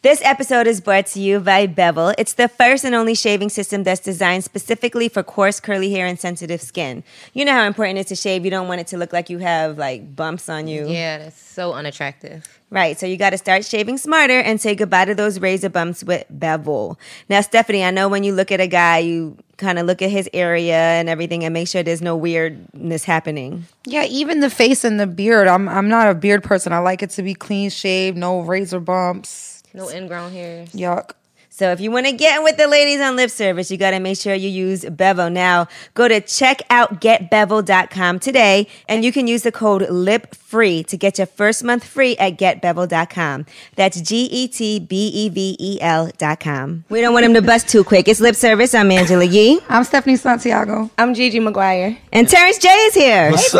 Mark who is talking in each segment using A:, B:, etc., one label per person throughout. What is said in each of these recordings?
A: This episode is brought to you by Bevel. It's the first and only shaving system that's designed specifically for coarse, curly hair and sensitive skin. You know how important it is to shave. You don't want it to look like you have like bumps on you.
B: Yeah, that's so unattractive.
A: Right, so you got to start shaving smarter and say goodbye to those razor bumps with Bevel. Now, Stephanie, I know when you look at a guy, you kind of look at his area and everything and make sure there's no weirdness happening.
C: Yeah, even the face and the beard. I'm I'm not a beard person. I like it to be clean shaved, no razor bumps.
B: No ingrown hairs.
C: Yuck.
A: So if you want to get in with the ladies on lip service, you got to make sure you use Bevo. Now, go to checkoutgetbevel.com today and you can use the code LIPFREE to get your first month free at getbevel.com. That's G E T B E V E L.com. We don't want him to bust too quick. It's lip service. I'm Angela Yee.
C: I'm Stephanie Santiago.
B: I'm Gigi McGuire.
A: And Terrence J is here.
D: What's up?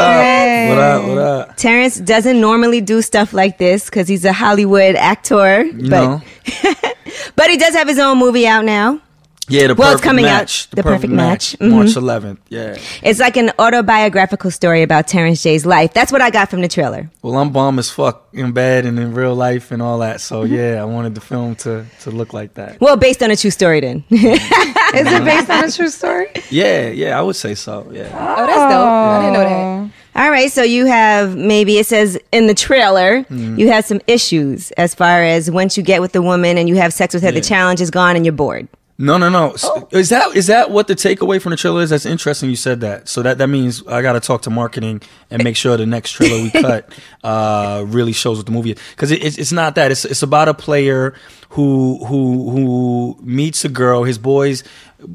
D: What up? What up?
A: Terrence doesn't normally do stuff like this because he's a Hollywood actor.
D: You
A: but,
D: know.
A: but he does have his own movie out now.
D: Yeah, the
A: Well, it's
D: perfect
A: coming out.
D: match.
A: The Perfect Match. Mhm.
D: March 11th. Yeah.
A: It's like an autobiographical story about Terrence J's life. That's what I got from the trailer.
D: Well, I'm bomb as fuck in bed and in real life and all that.
A: Mm-hmm.
D: So yeah, I wanted the film to to look like that.
A: Well, based on a true story, then.
C: Is it based on a true story?
D: Yeah, yeah, I would say so. Yeah.
B: Oh, that's dope. I didn't know that.
A: All right, so you have maybe it says in the trailer you have some issues as far as once you get with the woman and you have sex with her, the
D: Yeah.
A: challenge is gone and you're bored.
D: No, no, no. S- Is that is that what the takeaway from the trailer is? That's interesting. You said that. So that that means I got to talk to marketing and make sure the next trailer we cut uh, really shows what the movie is. Because it, it's it's not that. It's it's about a player who who who meets a girl. His boys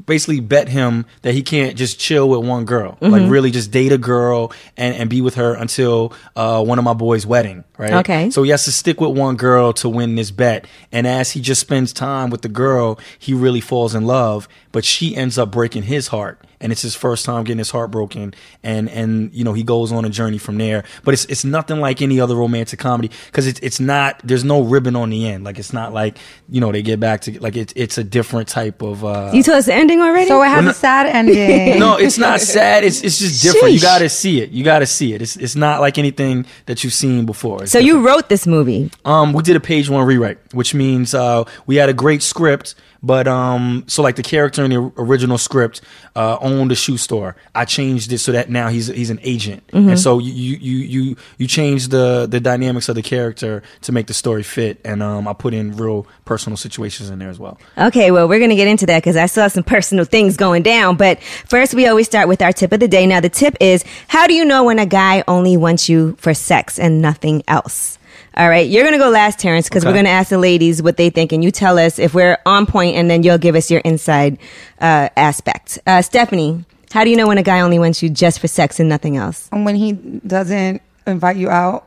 D: basically bet him that he can't just chill with one girl, like really just date a girl and, and be with her until uh, one of my boys' wedding, right?
A: Okay.
D: So he has to stick with one girl to win this bet. And as he just spends time with the girl, he really falls in love, but she ends up breaking his heart. And it's his first time getting his heart broken. And, and, you know, he goes on a journey from there. But it's, it's nothing like any other romantic comedy because it's, it's not, there's no ribbon on the end. Like, it's not like, you know, they get back to, like, it's, it's a different type of, uh,
A: You told us the ending already.
C: So it has a sad ending.
D: no, it's not sad. It's it's just different. You
A: Sheesh.
D: gotta see it. You gotta see it. It's it's not like anything that you've seen before. It's
A: so you wrote this movie.
D: um, we did a page one rewrite, which means uh, we had a great script, but um, so like the character in the original script uh, owned a shoe store. I changed it so that now he's he's an agent,
C: Mm-hmm.
D: and so you you you you, you change the the dynamics of the character to make the story fit, and um, I put in real personal situations in there as well.
A: Okay, well, we're going to get into that because I saw some personal things going down. But first, we always start with our tip of the day. Now, the tip is how do you know when a guy only wants you for sex and nothing else? All right, you're going to go last, Terrence, because we're
D: Okay.
A: going to ask the ladies what they think. And you tell us if we're on point, and then you'll give us your inside uh, aspect. Uh, Stephanie, how do you know when a guy only wants you just for sex and nothing else?
C: And when he doesn't invite you out,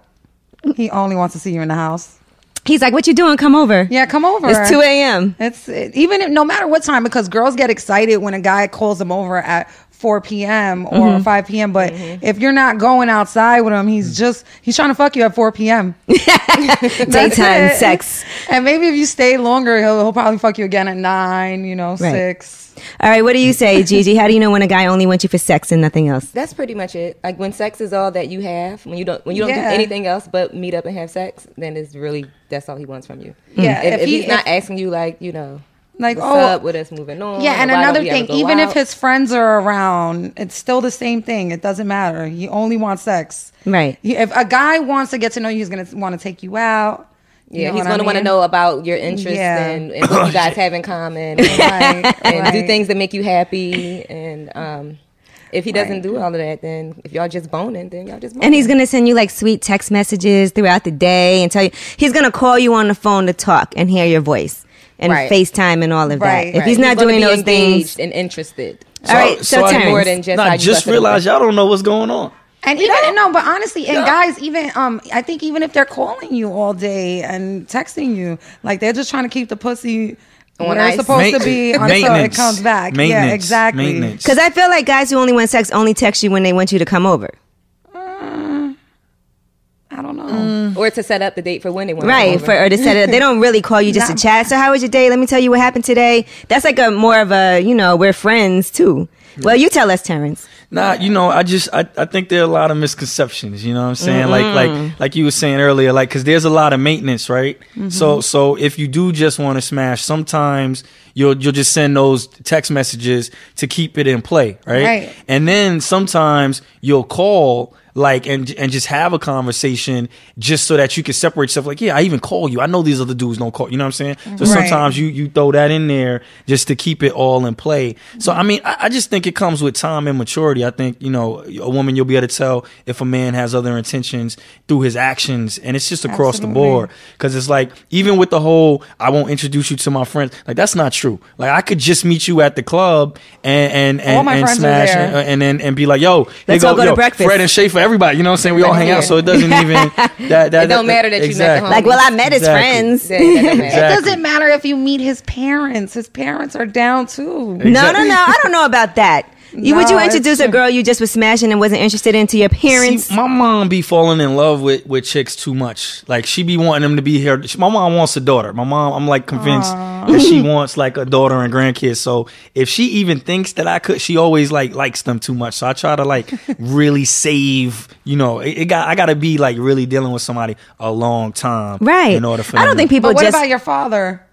C: he only wants to see you in the house.
A: He's like, What you doing? Come over.
C: Yeah, come over.
A: It's 2 a.m.
C: It's it, even if, no matter what time because girls get excited when a guy calls them over at 4 p.m. or 5 p.m. But if you're not going outside with him, he's just he's trying to fuck you at 4 p.m. That's
A: Daytime
C: it.
A: sex.
C: And maybe if you stay longer, he'll, he'll probably fuck you again at nine, you know, six.
A: All right, what do you say, Gigi? How do you know when a guy only wants you for sex and nothing else?
B: That's pretty much it. Like when sex is all that you have, when you don't when you don't
C: Yeah.
B: do anything else but meet up and have sex, then it's really that's all he wants from you.
C: Yeah,
B: If,
C: if
B: if
C: he-
B: he's not
C: if-
B: asking you like, you know,
C: Like,
B: what's
C: oh,
B: up with us moving on.
C: yeah. And
B: why don't
C: another
B: we ever
C: thing,
B: go
C: even if
B: out?
C: his friends are around, it's still the same thing. It doesn't matter. He only wants sex.
A: Right.
C: He- If a guy wants to get to know you, he's gonna want to take you out. You
B: Yeah,
C: know
B: he's
C: what I
B: going to want to
C: mean?
B: know about your interests
C: Yeah.
B: and, and what you guys have in common, and,
C: Right,
B: and do
C: right.
B: things that make you happy. And um, if he doesn't do all of that, then if y'all just boning, then y'all just boning.
A: And he's gonna send you like sweet text messages throughout the day and tell you he's gonna call you on the phone to talk and hear your voice and
B: Right.
A: FaceTime and all of
C: Right,
A: that. If he's
C: right.
A: not
B: gonna
A: doing
B: be
A: those
B: engaged
A: things,
B: and interested.
A: all right. So,
D: I-
A: Terrence,
B: more than just
D: Nah,
B: how you
D: just
B: busted it
D: realize y'all don't know what's going on.
C: And even no, but honestly, and guys, even um, I think even if they're calling you all day and texting you, like they're just trying to keep the pussy
B: On
C: where it's
B: ice.
C: supposed to
D: Main-
C: be until it
D: maintenance.
C: comes back. Yeah,
D: Maintenance.
C: exactly.
D: Maintenance.
A: because I feel like guys who only want sex only text you when they want you to come over.
C: I don't know.
B: or to set up the date for when they want. to come
A: Right,
B: over.
A: for or to set it up. They don't really call you just
C: Nah.
A: to chat. So how was your day? Let me tell you what happened today. That's like a more of a, you know, we're friends too. Well, you tell us, Terrence.
D: Nah, you know, I just I, I think there are a lot of misconceptions. You know what I'm saying? Like like like you were saying earlier, like because there's a lot of maintenance, right? So so if you do just want to smash, sometimes you'll you'll just send those text messages to keep it in play, right?
C: Right.
D: And then sometimes you'll call like and and just have a conversation just so that you can separate yourself. Like, yeah, I even call you. I know these other dudes don't call. You know what I'm saying? So
C: Right.
D: sometimes you you throw that in there just to keep it all in play. So I mean, I, I just think it comes with time and maturity. I think you know a woman you'll be able to tell if a man has other intentions through his actions, and it's just across the
C: Absolutely.
D: board. Because it's like even with the whole I won't introduce you to my friends. Like that's not true. Like I could just meet you at the club and and and,
C: All my
D: and
C: friends are
D: smash
C: there.
D: and, uh, and then and be like, yo, they
A: Let's all go to
D: yo,
A: breakfast.
D: Fred and Shay for everybody. You know what I'm saying? We all hang out, so it doesn't even that that
B: It don't matter that you met the homie.
A: Like, well, I met his
D: Um, Exactly.
A: friends.
B: Yeah, that don't matter.
D: Exactly.
C: It doesn't matter if you meet his parents. His parents are down too.
A: No, no, no. I don't know about that. You, would you
C: No, it's
A: introduce a girl you just was smashing and wasn't interested in to your parents?
D: See, my mom be falling in love with with chicks too much. Like she be wanting them to be here. She- My mom wants a daughter. My mom, I'm like convinced that she wants like a daughter and grandkids. So if she even thinks that I could, she always like likes them too much. So I try to like really save. You know, it, it got I got to be like really dealing with somebody a long time,
A: right.
D: In order for
A: I
D: them
A: don't
D: to-
A: think people
C: But what
A: just.
C: about your father?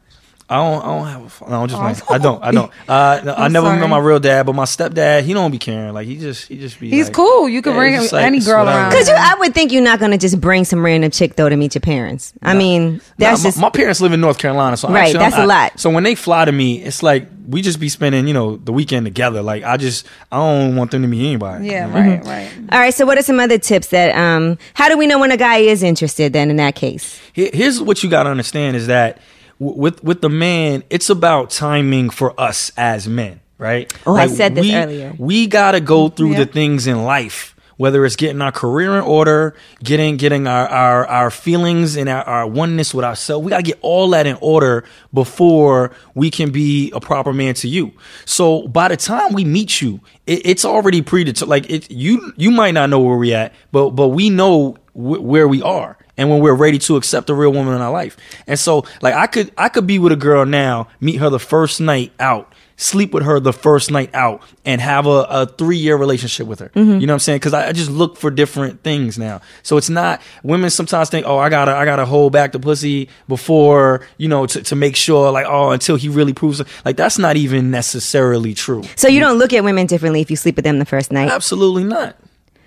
D: I don't. I don't have a phone. No, I'm just playing. I don't. I don't. Uh, no, I
C: I'm
D: never
C: sorry.
D: met my real dad, but my stepdad, he don't be caring. Like he just, he just be.
C: He's
D: like-
C: cool. You could
D: Yeah,
C: bring
D: it's just
C: any
D: it's
C: girl
D: whatever.
C: around.
A: Because you, I would think you're not going to just bring some random chick though to meet your parents. I mean,
D: Nah,
A: that's
D: my,
A: just
D: my parents live in North Carolina, so
A: Right,
D: actually,
A: that's
D: I'm,
A: a
D: I-
A: lot.
D: So when they fly to me, it's like we just be spending, you know, the weekend together. Like I just, I don't want them to meet anybody.
C: Yeah, right, right.
A: all right. So, what are some other tips that? Um, how do we know when a guy is interested? Then, in that case,
D: Here- here's what you got to understand is that w- with with the man it's about timing for us as men right
A: Oh, I said this
D: we-
A: earlier.
D: we gotta go through
C: Yeah.
D: the things in life whether it's getting our career in order getting getting our our, our feelings and our, our oneness with ourselves we gotta get all that in order before we can be a proper man to you so by the time we meet you it, it's already predetermined like it you you might not know where we at but but we know wh- where we are and when we're ready to accept a real woman in our life. And so, like, I could I could be with a girl now, meet her the first night out, sleep with her the first night out, and have a, a three year relationship with her. You know what I'm saying? Because I, I just look for different things now. So it's not women sometimes think, oh, I gotta I gotta hold back the pussy before you know to, to make sure like oh until he really proves it. like that's not even necessarily true.
A: so you don't look at women differently if you sleep with them the first night.
D: Absolutely not.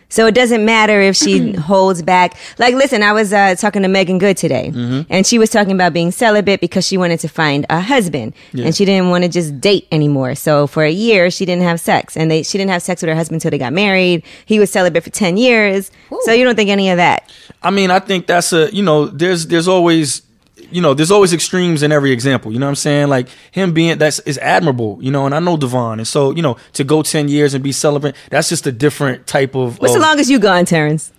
A: So it doesn't matter if she
D: Mm-hmm.
A: holds back. Like, listen, I was uh, talking to Megan Good today,
D: Mm-hmm.
A: and she was talking about being celibate because she wanted to find a husband, and she didn't want to just date anymore. So for a year, she didn't have sex, and they she didn't have sex with her husband until they got married. He was celibate for ten years. So you don't think any of that?
D: I mean, I think that's a you know, there's there's always you know, there's always extremes in every example. You know what I'm saying? Like him being that's is admirable, you know, and I know Devon. And so, you know, to go ten years and be celibate, that's just a different type of
A: What's
D: of-
A: the longest you gone, Terrence?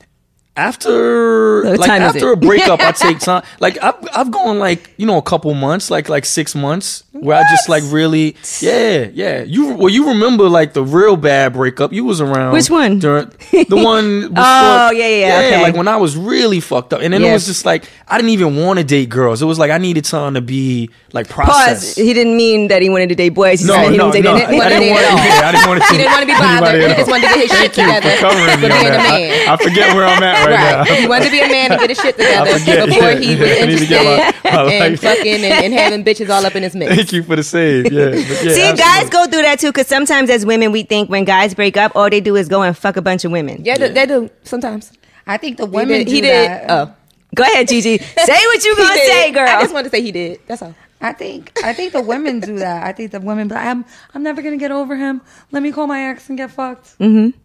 D: after
A: What
D: like
A: time is
D: after
A: it?
D: a breakup I take time like I've I've gone like, you know, a couple months, like like six months where I just like really Yeah, yeah. You well you remember like the real bad breakup. You was around
A: Which one?
D: During, the one before,
A: Oh, yeah, yeah, okay.
D: like when I was really fucked up. And then it
A: Yeah.
D: was just like I didn't even want to date girls. It was like I needed time to be like
A: Pause.
D: processed.
A: He didn't mean that he wanted to date boys. He
D: No,
A: said he
D: no,
A: was dating
D: no. I
A: anybody.
D: I
B: Anybody
D: didn't want
B: at all.
D: yeah, I didn't want to
B: He didn't want to be bothered. He just wanted to get his shit together. for
D: covering me on
B: being a
D: that.
B: man.
D: I forget where I'm at
B: Right.
D: now.
B: He wanted to be a man and get his shit together
D: forget.
B: before
D: Yeah,
B: he
D: yeah.
B: was
D: I need to
B: interested
D: get my- my
B: in
D: life.
B: fucking and, and having bitches all up in his mix.
D: Thank you for the save. Yeah. but yeah,
A: See, guys
D: absolutely.
A: go through that too, because sometimes as women, we think when guys break up, all they do is go and fuck a bunch of women.
B: Yeah, they- they do sometimes.
C: I think the
B: He
C: women
B: did. He
C: do
B: did.
C: that.
B: Oh,
A: Go ahead, Gigi. Say what you
B: He
A: gonna
B: did.
A: say, girl.
B: I just wanted to say he did. That's all.
C: I think I think the women do that. I think the women. But I'm I'm never gonna get over him. Let me call my ex and get fucked. Mm-hmm.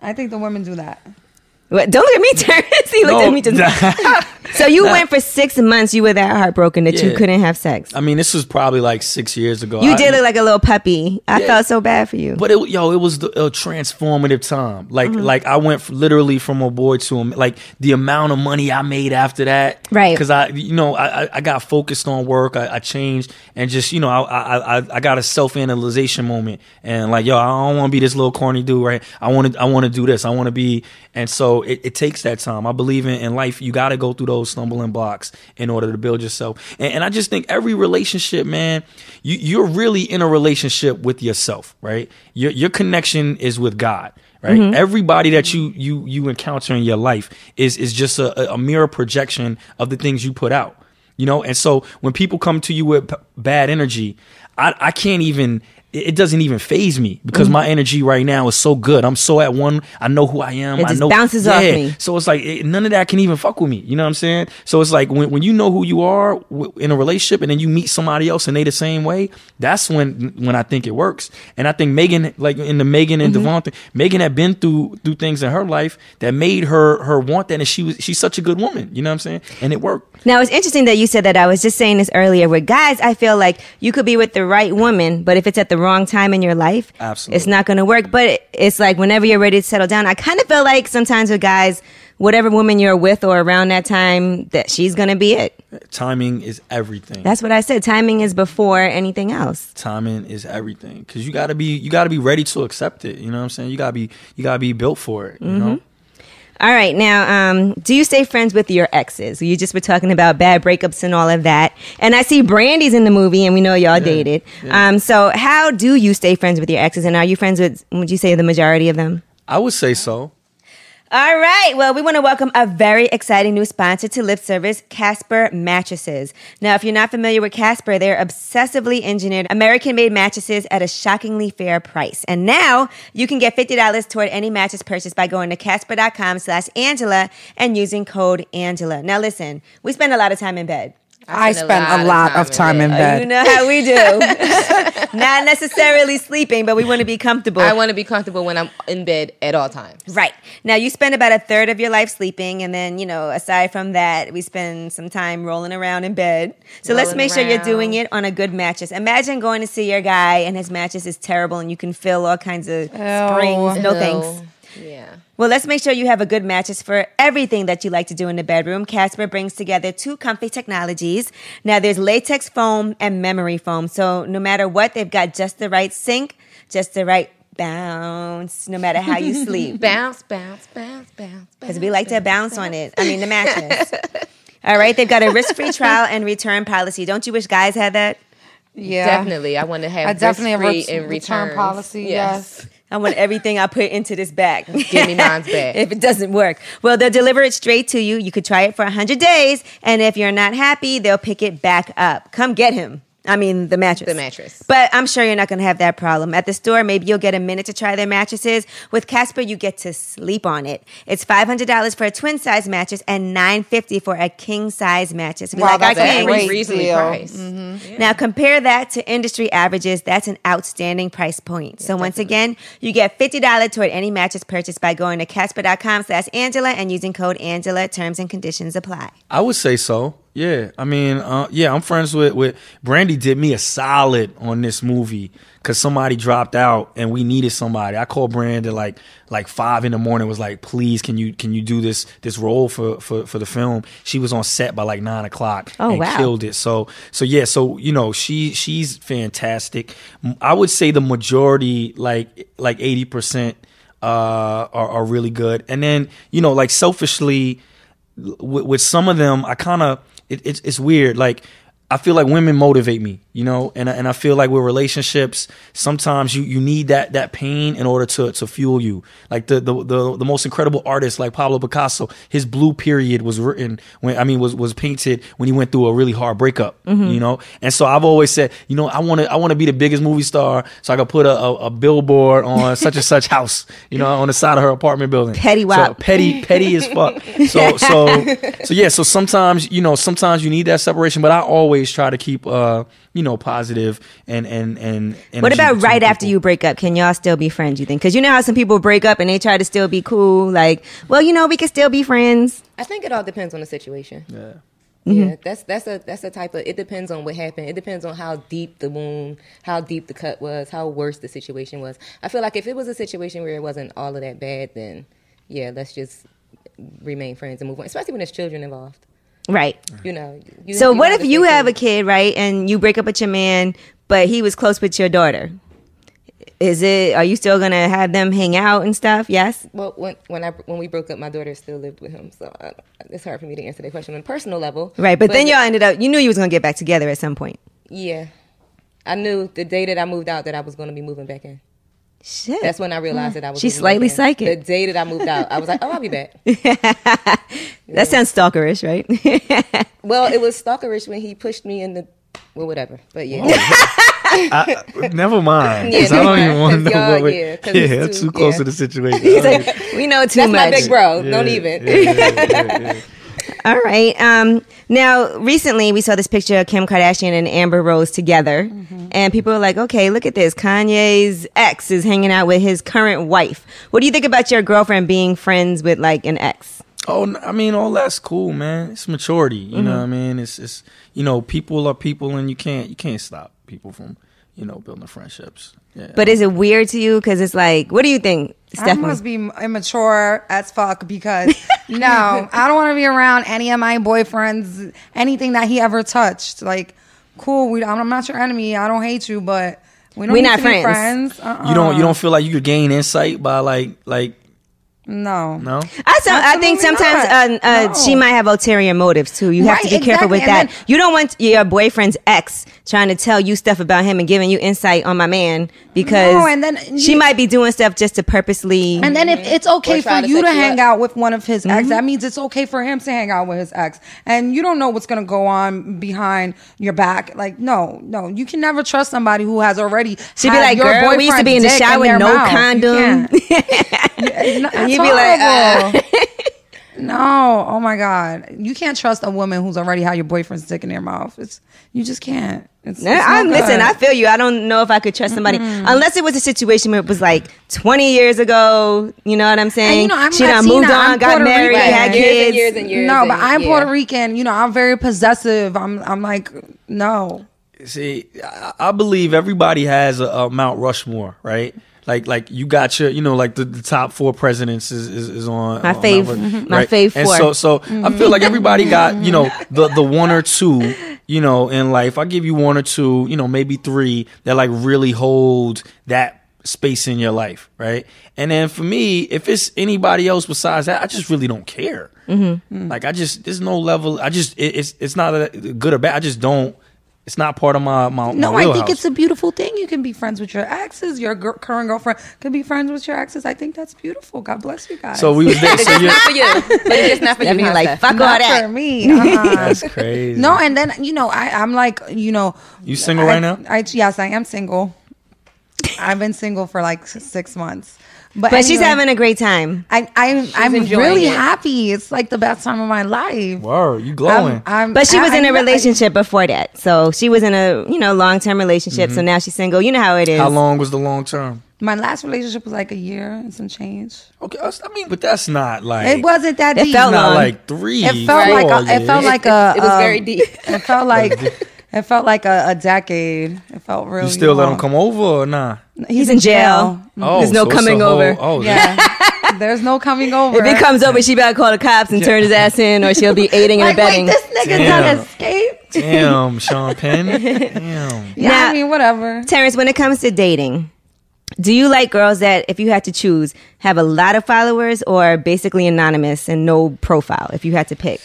C: I think the women do that.
A: What- Don't look at me, Terrence. He
D: Oh,
A: looked at me just. so you went for six months. You were that heartbroken that you
D: Yeah.
A: couldn't have sex.
D: I mean, this was probably like six years ago.
A: You
D: I-
A: did look like a little puppy. I
D: Yeah.
A: felt so bad for you.
D: But it, yo, it was the, a transformative time. Like,
A: Mm-hmm.
D: like I went f- literally from a boy to a like the amount of money I made after that.
A: Right.
D: Because I, you know, I, I- I got focused on work. I, I changed and just you know, I, I, I, I got a self analyzation moment and like, yo, I don't want to be this little corny dude. Right. I want to, I want to do this. I want to be. And so it, it takes that time. I believe in, in life, you got to go through those stumbling blocks in order to build yourself. And, and I just think every relationship, man, you, you're really in a relationship with yourself, right? Your, your connection is with God, right?
A: Mm-hmm.
D: Everybody that you you you encounter in your life is is just a, a mirror projection of the things you put out, you know. And so when people come to you with p- bad energy, I I can't even. It it doesn't even phase me because
A: Mm-hmm.
D: my energy right now is so good. I'm so at one. I know who I am.
A: It
D: I
A: just
D: know
A: bounces off me.
D: so it's like it, none of that can even fuck with me. You know what I'm saying? So it's like when, when you know who you are w- in a relationship, and then you meet somebody else and they the same way. That's when when I think it works. And I think Megan, like in the Megan and Devon thing, Megan had been through through things in her life that made her her want that, and she was she's such a good woman. You know what I'm saying? And it worked.
A: Now it's interesting that you said that. I was just saying this earlier. With guys, I feel like you could be with the right woman, but if it's at the wrong time in your life,
D: Absolutely.
A: it's not going to work. But it- it's like whenever you're ready to settle down, I kind of feel like sometimes with guys, whatever woman you're with or around that time, that she's going to be it.
D: Timing is everything.
A: That's what I said. Timing is before anything else.
D: timing is everything because you gotta be you gotta be ready to accept it. You know what I'm saying? You gotta be you gotta be built for it. You know.
A: All right, now, um, do you stay friends with your exes? You just were talking about bad breakups and all of that, and I see Brandy's in the movie, and we know y'all dated. Um, so, how do you stay friends with your exes, and are you friends with? Would you say the majority of them?
D: I would say so.
A: All right. Well, we want to welcome a very exciting new sponsor to Lip Service, Casper Mattresses. Now, if you're not familiar with Casper, they're obsessively engineered American made mattresses at a shockingly fair price. And now you can get $50 toward any mattress purchase by going to casper.com slash Angela and using code Angela. Now, listen, we spend a lot of time in bed.
C: I spent a lot of time in Oh,
A: You
C: bed.
A: know how we do. not necessarily sleeping, but we want to be comfortable.
B: I want to be comfortable when I'm in bed at all times.
A: Right. Now, you spend about a third of your life sleeping, and then, you know, aside from that, we spend some time rolling around in bed. So let's
B: Rolling
A: make sure you're
B: around.
A: doing it on a good mattress. Imagine going to see your guy, and his mattress is terrible, and you can feel all kinds of springs. No
B: Ew.
A: thanks.
B: Yeah.
A: Well, let's make sure you have a good mattress for everything that you like to do in the bedroom. Casper brings together two comfy technologies. Now, there's latex foam and memory foam. So, no matter what, they've got just the right sink, just the right bounce, no matter how you sleep.
B: Bounce, bounce, bounce, bounce.
A: Because we like to bounce on it. I mean, the mattress. All right, they've got a risk free trial and return policy. Don't you wish guys had that?
C: Yeah.
B: Definitely, I want to have
C: I definitely have
B: risk-free
C: ret-
B: and
C: return
B: returns.
C: policy,
A: I want everything I put into this bag.
B: Give me mine's back.
A: if it doesn't work, well, they'll deliver it straight to you. You could try it for 100 days, and if you're not happy, they'll pick it back up. Come get him. I mean, the mattress.
B: The mattress.
A: But I'm sure you're not going to have that problem. At the store, maybe you'll get a minute to try their mattresses. With Casper, you get to sleep on it. It's $500 for a twin size mattress and $950 for a king size mattress. We
C: Wow,
A: like our
C: that's a
A: kings.
C: great
B: reasonably
C: deal.
B: priced.
A: Mm-hmm. Now compare that to industry averages. That's an outstanding price point. so once again, you get $50 toward any mattress purchase by going to casper.com slash Angela and using code Angela. Terms and conditions apply.
D: I would say so. Yeah, I mean, uh, yeah, I'm friends with with Brandy. Did me a solid on this movie because somebody dropped out and we needed somebody. I called Brandy like like five in the morning. Was like, please, can you can you do this this role for for for the film? She was on set by like nine o'clock
A: Oh,
D: and
A: wow.
D: killed it. So so yeah, so you know she she's fantastic. M- I would say the majority, like like eighty percent, uh, are are really good. And then you know like selfishly with, with some of them, I kind of it, it's it's weird. Like I feel like women motivate me, you know, and I- and I feel like with relationships, sometimes you you need that that pain in order to to fuel you. Like the the the, the most incredible artists, like Pablo Picasso, his blue period was written when I mean was was painted when he went through a really hard breakup, you know. And so I've always said, you know, I want to I want to be the biggest movie star, so I can put a, a, a billboard on such and such house, you know, on the side of her apartment building.
A: Petty
D: So-
A: wop.
D: petty petty as fuck so so so yeah so sometimes you know sometimes you need that separation but i always try to keep uh you know positive and and and
A: What
D: energy
A: about
D: between
A: right after
D: people.
A: you break up? Can y'all still be friends, you think? Because you know how some people break up and they try to still be cool. Like, well, you know, we can still be friends.
B: I think it all depends on the situation. Yeah.
A: Mm-hmm.
B: Yeah, that's that's a that's a type of. It depends on what happened. It depends on how deep the wound, how deep the cut was, how worse the situation was. I feel like if it was a situation where it wasn't all of that bad, then yeah, let's just remain friends and move on. Especially when there's children involved.
A: Right.
B: You know. you-
A: So
B: you
A: what
B: have
A: if
B: to
A: you
B: think
A: have
B: of-
A: a kid, right? And you break up with your man, but he was close with your daughter. Is it, are you still going to have them hang out and stuff? Yes.
B: Well, when when I when we broke up, my daughter still lived with him, so I, it's hard for me to answer that question on a personal level.
A: Right, but, then y'all ended up. You knew you was gonna get back together at some point.
B: yeah, I knew the day that I moved out that I was going to be moving back in.
A: Shit.
B: That's when I realized that I was.
A: Mm. She's
B: moving
A: slightly
B: again.
A: psychic.
B: The day that I moved out, I was like, "Oh, I'll be back."
A: that sounds stalkerish, right?
B: Well, it was stalkerish when he pushed me in the, well, whatever. But yeah,
D: I, never mind. 'cause
B: Yeah,
D: I don't
B: never
D: even
B: mind,
D: want to
B: 'cause
D: know
B: y'all-
D: what we
B: yeah,
D: yeah,
B: 'cause it's
D: too,
B: too-
D: close
B: yeah.
D: to the situation.
A: He's like, we know too much.
B: that's my big bro.
D: Yeah,
B: Don't even.
D: yeah, yeah, yeah, yeah.
A: All right. Um, now, recently we saw this picture of Kim Kardashian and Amber Rose together,
B: Mm-hmm.
A: and people were like, "Okay, look at this. Kanye's ex is hanging out with his current wife." What do you think about your girlfriend being friends with like an ex?
D: Oh, n- I mean, all that's cool, man. It's maturity, you know.
B: Mm-hmm.
D: what I mean, it's it's you know, people are people, and you can't you can't stop people from you know building friendships. Yeah.
A: But is it weird to you? Because it's like, what do you think,
C: I
A: Stephanie?
C: must be immature as fuck because no, I don't want to be around any of my boyfriends, anything that he ever touched. Like, cool, we, I'm not your enemy. I don't hate you, but we don't
A: We
C: need
A: not
C: to be
A: friends.
C: friends. Uh-uh.
D: you don't you
A: Um,
D: don't feel like you could gain insight by like like
C: No,
D: no.
A: I, so, I think
C: Absolutely
A: sometimes uh,
C: not.
A: uh,
C: No.
A: she might have ulterior motives too. You have
C: Right,
A: to be careful with that.
C: exactly. And then-
A: you don't want your boyfriend's ex trying to tell you stuff about him and giving you insight on my man because
C: No, and then
A: she
C: you-
A: might be doing stuff just to purposely.
C: And then if it's okay
B: try
C: for
B: to
C: you
B: set
C: to
B: you
C: hang
B: up.
C: out with one of his ex,
A: Mm-hmm.
C: that means it's okay for him to hang out with his ex. And you don't know what's gonna go on behind your back. Like, no, no, you can never trust somebody who has already.
A: She'd be
C: had
A: like,
C: your
A: "Girl, we used to
C: boyfriend's
A: be in the
C: dick
A: shower,
C: their
A: no
C: mouth." You
A: condom."
C: can't. Yeah, and
A: you'd
C: you'd
A: be like, "Uh."
C: be like, no, oh my god, you can't trust a woman who's already had your boyfriend's dick in their mouth. It's you just can't. It's, it's
A: I, am
C: no
A: listen.
C: good.
A: I feel you. I don't know if I could trust somebody unless it was a situation where it was like 20 years ago. You know what I'm saying?
C: know, I'm
A: she done
C: Latina,
A: moved on,
C: I'm
A: got
C: Puerto
A: married,
C: Rican.
A: had
B: Years and
A: kids.
B: years and years
C: no,
B: and-
C: but I'm
B: yeah.
C: Puerto Rican. You know, I'm very possessive. I'm, I'm like, no.
D: See, I, I believe everybody has a, a Mount Rushmore, right? Like, like you got your, you know, like the, the top four presidents is, is, is on
A: My
D: on Mount
A: fave-
D: Rush-
A: mhm, my fave
D: And
A: four.
D: so, so I feel like everybody got, you know, the the one or two, you know, in life. I give you one or two, you know, maybe three that like really hold that space in your life, right? And then for me, if it's anybody else besides that, I just really don't care.
C: Mm-hmm.
D: Like I just, there's no level. I just, it, it's it's not a, good or bad. I just don't. It's not part of my my.
C: No, I
D: my
C: think
D: wheelhouse.
C: it's a beautiful thing. You can be friends with your exes. Your gir- current girlfriend can be friends with your exes. I think that's beautiful. God bless you guys.
D: So we was there. So you're,
B: Not for you, but it's just not for
A: Definitely
B: you.
A: like
B: Hafsa.
A: fuck all
C: Not
A: that.
C: for me. uh-uh.
D: that's crazy.
C: No, and then you know, I, I'm like, you know,
D: You single
C: I-
D: right now?
C: I yes, I am single. I've been single for like s- six months, but
A: But she's
C: anyway,
A: having a great time.
C: I, I'm I'm
B: enjoying
C: really
B: it.
C: happy. It's like the best time of my life.
D: Word, you
C: I'm-
D: glowing.
C: I'm-
A: But she
C: Um, I-
A: was
C: I-
A: in a
C: I-
A: relationship before that, so she was in a you know long term relationship. So now she's single. You know how it is.
D: Mm-hmm. How long was the long term?
C: My last relationship was like a year and some change.
D: Okay, I I mean, but that's not like
C: It wasn't that
A: It
C: deep.
A: felt
D: It's not
A: long.
D: like three.
C: It felt
D: four
C: like a, it felt
D: years.
C: like a.
B: It was
C: um,
B: very deep.
C: It felt like it felt like a, a decade. It felt really.
D: You still let him
C: long.
D: come over or nah?
A: He's in jail.
D: Oh,
A: There's no
D: so it's a
A: coming
D: whole-
A: over.
D: Oh, yeah.
C: Yeah, there's no coming
A: If
C: over.
A: he comes over, she better call the cops and turn his ass in, or she'll be aiding and
C: like,
A: abetting.
C: wait, this nigga
D: Damn.
C: done escaped.
D: Damn, Sean Penn. Damn.
C: Yeah,
A: Now-
C: I mean whatever.
A: Terrence, when it comes to dating, do you like girls that, if you had to choose, have a lot of followers or basically anonymous and no profile? If you had to pick,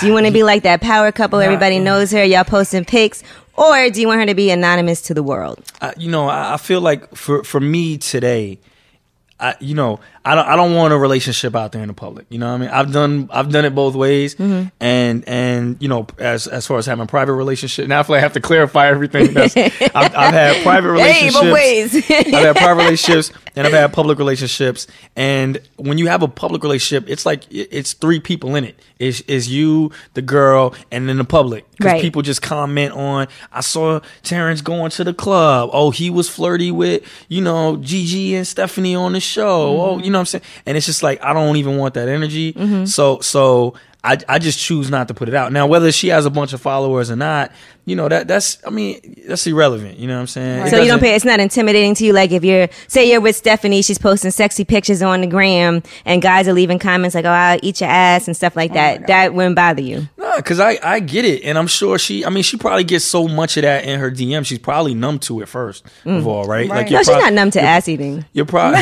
A: do you want to be like that power couple? Everybody knows her. Y'all posting pics, or do you want her to be anonymous to the world?
D: I, you know, I, I feel like for for me today, I you know, I don't I don't want a relationship out there in the public. You know what I mean? I've done I've done it both ways, and and you know, as as far as having private relationship, now I feel like I have to clarify everything. That's, I've, I've had private
A: Hey,
D: relationships.
A: both ways.
D: I've had private relationships and I've had public relationships. And when you have a public relationship, it's like it- it's three people in it. It's, it's you, the girl, and then the public. Because
A: Right.
D: people just comment on, I saw Terrence going to the club. Oh, he was flirty with, you know, Gigi and Stephanie on the show. Oh,
A: Mm-hmm.
D: you know what I'm saying? And it's just like, I don't even want that energy. So, so. I, I just choose not to put it out now. Whether she has a bunch of followers or not, you know that that's I mean that's irrelevant. You know what I'm saying? It
A: So you don't
D: doesn't-
A: pay. It's not intimidating to you. Like if you're, say you're with Stephanie, she's posting sexy pictures on the gram, and guys are leaving comments like, "Oh, I'll eat your ass" and stuff like that. That wouldn't bother you.
D: Nah, cause I I get it, and I'm sure she. I mean, she probably gets so much of that in her DM. She's probably numb to it first of all, right?
C: Right.
A: Mm. No,
D: you're
A: she's
D: prob-
A: not numb to ass eating.
D: You're probably.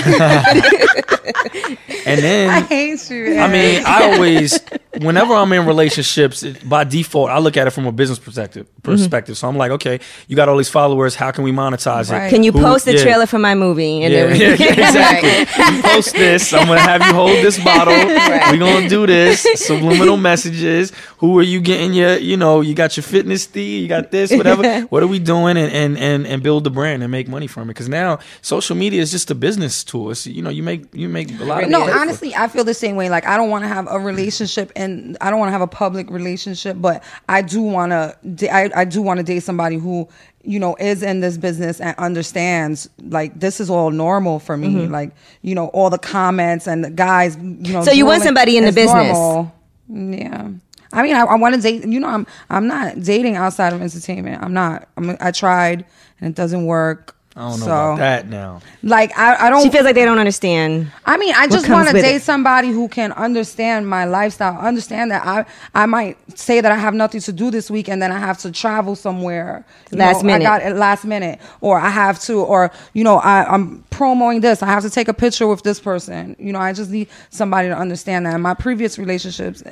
D: and
C: I
D: then
C: hate you.
D: I mean, I always when whenever I'm in relationships, it, by default, I look at it from a business perspective.
A: Mm-hmm.
D: Perspective. So I'm like, okay, you got all these followers. How can we monetize
C: Right.
D: it?
A: Can you
D: Who-
A: post the
D: yeah.
A: trailer for my movie? And
D: Yeah,
A: then we-
D: yeah, exactly. You post this. I'm gonna have you hold this bottle. We're gonna do this. Subliminal messages. Who are you getting your? You know, you got your fitness fee. You got this. Whatever. what are we doing? And and and, and build the brand and make money from it. Because now social media is just a business tool. It's you know you make you make a lot of
C: No,
D: money.
C: honestly, I feel the same way. Like I don't want to have a relationship, and I don't want to have a public relationship, but I do want to. I, I do want to date somebody who you know is in this business and understands. Like this is all normal for me. Like you know all the comments and the guys. You know,
A: Mm-hmm. So you want
C: drooling
A: somebody in the
C: is
A: business.
C: normal. Yeah. I mean, I, I want to date. You know, I'm I'm not dating outside of entertainment. I'm not. I'm, I tried and it doesn't work.
D: I don't know
C: so,
D: about that now.
C: Like I, I don't.
A: She feels like they don't understand.
C: I mean, I just
A: comes
C: want to
A: with
C: date
A: it?
C: somebody who can understand my lifestyle, understand that I I might say that I have nothing to do this week, and then I have to travel somewhere you
A: Last
C: know,
A: minute.
C: I got it last minute, or I have to, or you know, I, I'm promoting this. I have to take a picture with this person. You know, I just need somebody to understand that. In my previous relationships,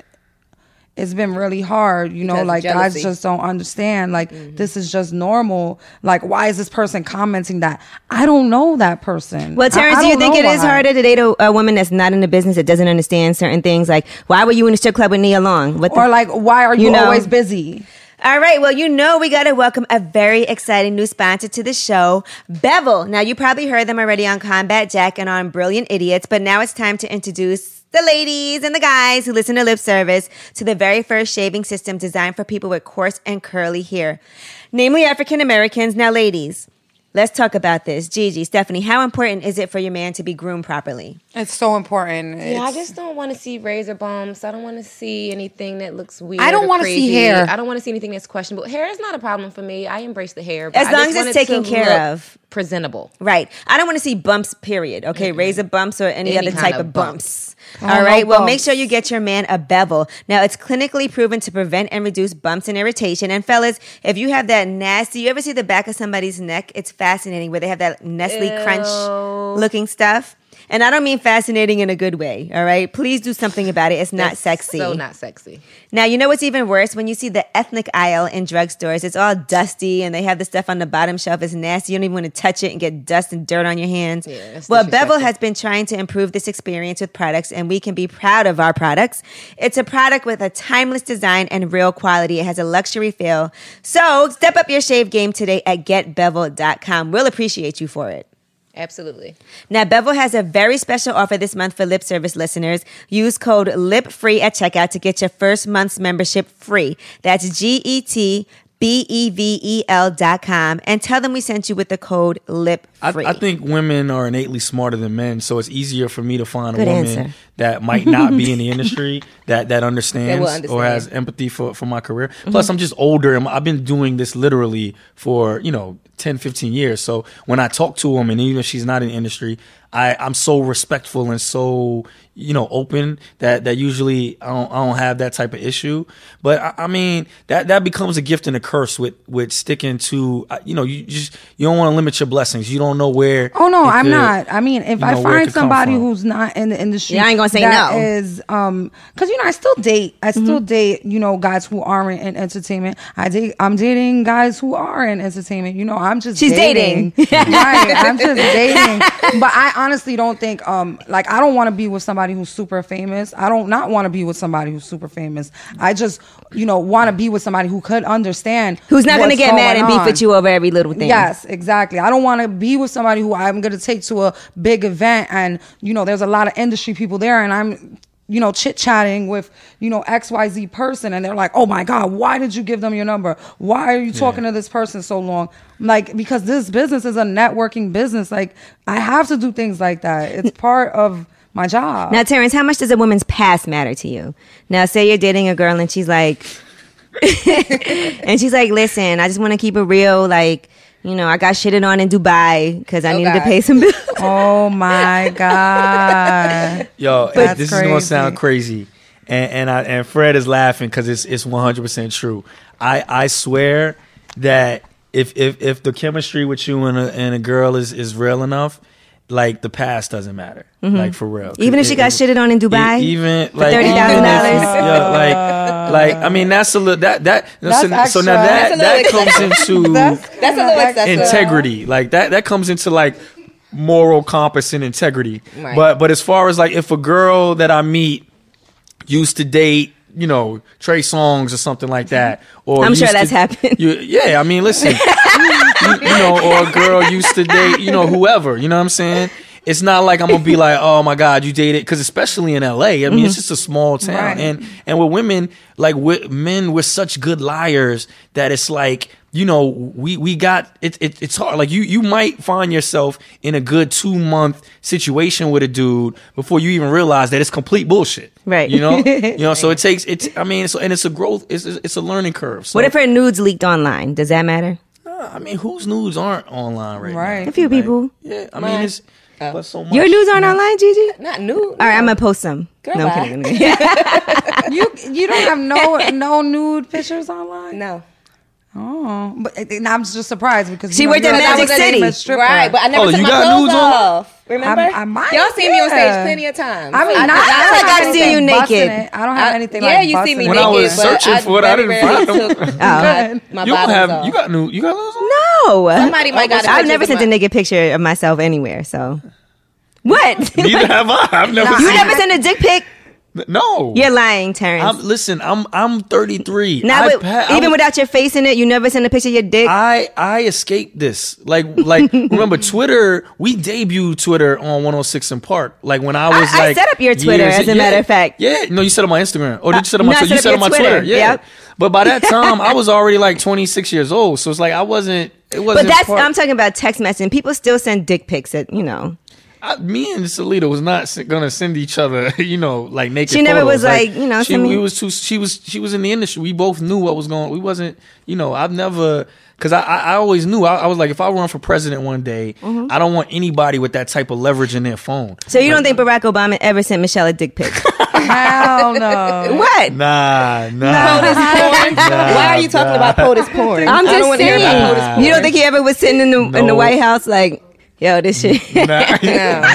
C: it's been really hard, you know,
B: Because of
C: like guys
B: jealousy.
C: just don't understand. Like
A: Mm-hmm.
C: this is just normal. Like why is this person commenting that? I don't know that person.
A: Well, Terrence,
C: I, I
A: do you
C: don't
A: think
C: know
A: it is
C: why.
A: harder to date a, a woman that's not in the business that doesn't understand certain things? Like, why were you in the strip club with Nia Long? What the-
C: or like why are you,
A: You know?
C: always busy
A: All right, well, you know we got to welcome a very exciting new sponsor to the show, Bevel. Now, you probably heard them already on Combat Jack and on Brilliant Idiots, but now it's time to introduce the ladies and the guys who listen to lip service to the very first shaving system designed for people with coarse and curly hair, namely African Americans. Now, ladies, let's talk about this. Gigi, Stephanie, how important is it for your man to be groomed properly?
E: It's so important.
B: Yeah, I
E: It's-
B: just don't want to see razor bumps. I don't want to see anything that looks weird.
E: don't
B: want
E: wanna
B: to
E: see hair.
B: I don't want to see anything that's questionable. Hair is not a problem for me. I embrace the hair but
A: As
B: I
A: long
B: just
A: as
B: want
A: it's
B: it to
A: taken care
B: look
A: of.
B: presentable.
A: Right. I don't want to see bumps, period. Okay. Razor bumps or any,
B: Any
A: other
B: kind
A: type
B: of
A: of bumps.
C: no
A: All right. Well, make
C: bumps.
A: sure you get your man a bevel. Now, it's clinically proven to prevent and reduce bumps and irritation. And, fellas, if you have that nasty, you ever see the back of somebody's neck? It's fascinating where they have that Nestle Crunch looking stuff. And I don't mean fascinating in a good way. All right. Please do something about it. It's not
B: That's
A: sexy.
B: So not sexy.
A: Now, you know what's even worse? When you see the ethnic aisle in drugstores, it's all dusty and they have the stuff on the bottom shelf. It's nasty. You don't even want to touch it and get dust and dirt on your hands.
B: Yeah, that's
A: well,
B: disrespectful.
A: Bevel has been trying to improve this experience with products and we can be proud of our products. It's a product with a timeless design and real quality. It has a luxury feel. So step up your shave game today at getbevel.com. We'll appreciate you for it.
B: Absolutely.
A: Now, Bevel has a very special offer this month for lip service listeners. Use code LIPFREE at checkout to get your first month's membership free. That's G E T B E V E L dot com. And tell them we sent you with the code LIPFREE.
D: I, I think women are innately smarter than men, so it's easier for me to find
A: Good
D: a woman
A: answer.
D: that might not be in the industry that that understands
B: understand.
D: or has empathy for, for my career.
C: Mm-hmm.
D: Plus, I'm just older. and I've been doing this literally for you know 10, 15 years. So when I talk to a woman, even if she's not in the industry, I I'm so respectful and so you know open that that usually I don't, I don't have that type of issue. But I, I mean that that becomes a gift and a curse with with sticking to uh, you know you just you don't want to limit your blessings. You don't know where.
C: oh no
D: it
C: i'm
D: could-
C: not i mean if
D: you
C: i
D: know, where it
C: find
D: could come
C: somebody
D: from.
C: who's not in the industry
A: Yeah, I ain't gonna say
C: that
A: no.
C: is um because you know i still date i
D: Mm-hmm.
C: still date you know guys who aren't in entertainment i date i'm dating guys who are in entertainment you know i'm just
A: She's
C: dating, right i'm just dating but i honestly don't think um like i don't want to be with somebody who's super famous i don't not want to be with somebody who's super famous i just you know want to be with somebody who could understand
A: Who's not going to
C: what's
A: get mad
C: going
A: and beef
C: on.
A: with you over every little thing?
C: Yes, exactly. I don't want to be with somebody who I'm going to take to a big event and, you know, there's a lot of industry people there and I'm, you know, chit chatting with, you know, XYZ person and they're like, oh my God, why did you give them your number? Why are you talking to this person so long? Like, because this business is a networking business. Like, I have to do things like that. It's part of my job.
A: Now, Terrence, how much does a woman's past matter to you? Now, say you're dating a girl and she's like, and she's like, listen, I just want to keep it real. Like, you know, I got shitted on in Dubai because I needed to
B: God.
A: pay some bills.
C: oh my God.
D: Yo,
C: That's
D: this is gonna
C: crazy.
D: sound crazy, and and I and Fred is laughing because it's it's one hundred percent true. I I swear that if if if the chemistry with you and a and a girl is is real enough, like the past doesn't matter. Like for real.
A: Mm-hmm. Even if she got shitted on in Dubai
D: E- even
A: for
D: like
A: $30,000?
D: even if you- Yeah, like like I mean that's a little that that so,
C: That's
D: so now
C: extra.
D: that that
B: That's a little
D: comes into
B: That's a little excessive.
D: integrity. Like that that comes into like moral compass and integrity.
B: Right.
D: But but as far as like if a girl that I meet used to date, you know, Trey Songs or something like that. Or
A: I'm sure
D: used to-
A: that's happened.
D: You, yeah, I mean, listen, you, you know, or a girl used to date, you know, whoever. You know what I'm saying? It's not like I'm gonna be like, oh my god, you dated, because especially in LA, I mean,
A: Mm-hmm.
D: it's just a small town,
C: Right.
D: and and with women, like with men, we're such good liars that it's like, you know, we we got it, it. It's hard. Like you you might find yourself in a good two month situation with a dude before you even realize that it's complete bullshit,
A: Right.
D: You know, you know. So it takes it's. I mean, so and it's a growth. It's it's it's a learning curve. So,
A: What if her nudes leaked online? Does that matter?
D: I mean, whose nudes aren't online right,
C: Right.
D: now?
A: A few
D: Like,
A: people.
D: Yeah, I mean,
B: Mine.
D: it's but so much.
A: Your nudes aren't online, Gigi?
B: Not new.
A: All right, I'm gonna post some.
B: Girl,
A: no,
B: bye.
A: I'm kidding.
C: You you don't have no no nude pictures online.
B: No.
C: Oh, but and I'm just surprised because
A: She
C: you know,
A: worked
C: you're
A: at
C: a-
A: Magic
C: I was a
A: City.
C: famous stripper.
B: Right, but I never
D: Oh,
B: took
D: you
B: my
D: got
B: clothes
D: nudes on?
B: off. Remember?
C: I- I might-
B: Y'all seen me on
C: yeah.
B: stage plenty of times.
C: I mean,
B: did
C: not, I don't
A: like
C: have
A: I've seen
C: anything
A: you
C: busting
A: naked.
C: it. I don't
B: I-
C: have anything.
B: Uh, yeah,
C: like
B: you see me
C: busting
D: when
C: it.
B: naked.
D: I was
B: but
D: searching
B: I
D: for it,
B: very
D: I didn't
B: rarely
D: find them.
A: Oh.
B: took My, my
D: you don't
B: bottoms
D: have
B: off.
D: you got nude you got those on?
A: no.
B: Somebody might got a
A: I've
B: picture
A: never
B: of
A: sent a
B: my-
A: naked picture of myself anywhere. So what? you
D: Neither have I. I've never seen
A: never sent a dick pic?
D: No.
A: You're lying, Terrence.
D: I'm listen, I'm I'm 33.
A: now,
D: I
A: with-
D: pa- I
A: even
D: was-
A: without your face in it, you never sent a picture of your dick.
D: I I escaped this. Like like remember Twitter, we debuted Twitter on 106 and Park. Like when I was
A: I- I
D: like
A: set up your Twitter,
D: years-
A: as a
D: yeah,
A: matter of fact.
D: Yeah, no, you set up my Instagram. Oh, did you set up
A: no,
D: my
A: I
D: Twitter? You
A: set up
D: set up my
A: your
D: Twitter.
A: Twitter,
D: Yeah.
A: yep.
D: But by that time I was already like 26 years old. So it's like I wasn't it
A: but
D: wasn't
A: that's
D: part-
A: I'm talking about text messaging. People still send dick pics at you know.
D: I, me and Salita was not s- gonna send each other, you know, like naked.
A: She never was
D: photos.
A: like, you know,
D: she
A: send me-
D: we was too. She was she was in the industry. We both knew what was going. We wasn't, you know, I've never because I, I I always knew I, I was like if I run for president one day, I don't want anybody with that type of leverage in their phone.
A: Mm-hmm. So you don't think Barack Obama ever sent Michelle a dick pic?
C: Hell no.
A: what?
D: Nah, nah.
B: porn. Why are you talking about POTUS porn?
A: I'm
B: I
A: just
B: don't wanna hear
A: saying.
B: about POTUS porn.
A: you don't think he ever was sitting in the in the
D: No.
A: White House like, yo, this shit.
D: Nah, nah.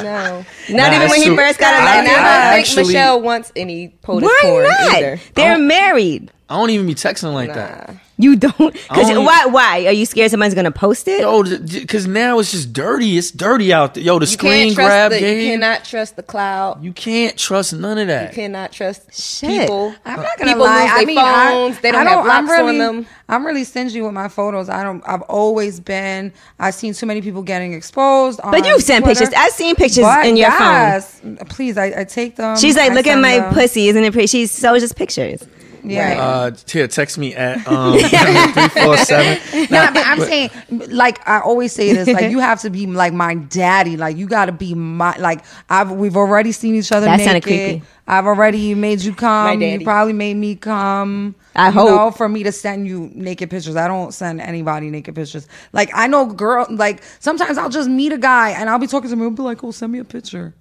B: No.
A: Not
D: Nah,
A: even when he
D: so-
A: first got
D: I-
B: I,
A: elected.
B: and I don't think
D: actually-
B: Michelle wants any POTUS porn
A: Why not?
B: either.
C: Oh.
A: They're married.
D: I don't even be texting like that.
A: You don't. Cause
C: Oh.
D: don't-
A: why? Why are you scared somebody's gonna post it?
D: Yo, because now it's just dirty. It's dirty out there. Yo, the
B: You
D: screen
B: can't trust
D: grab
B: the,
D: game.
B: You cannot trust the cloud.
D: you can't trust none of that.
B: You cannot trust
A: Shit.
B: people.
C: I'm not gonna
B: people
C: lie.
B: lose
C: I
B: their
C: mean,
B: phones.
C: I,
B: they don't,
C: I
B: have
C: I'm
B: locks
C: really,
B: on them.
C: I'm really stingy with my photos. I don't. I've always been. I've seen too many people getting exposed.
A: But you've sent pictures. I've seen pictures in your
C: phone. Please, I, I take them.
A: She's like,
C: I
A: look at
C: send
A: my
C: them.
A: pussy, isn't it pretty? She shows us pictures.
C: Yeah.
D: Uh, here, text me at um, three four seven.
C: No, I mean, I'm saying, like I always say this, like you have to be like my daddy. Like you got to be my like. I've we've already seen each other.
A: That
C: naked.
A: sounded creepy.
C: I've already made you come. You
B: daddy.
C: probably made me come.
A: I
C: you
A: hope.
C: know, for me to send you naked pictures. I don't send anybody naked pictures. Like I know, girl. Like sometimes I'll just meet a guy and I'll be talking to him and be like, "Oh, send me a picture."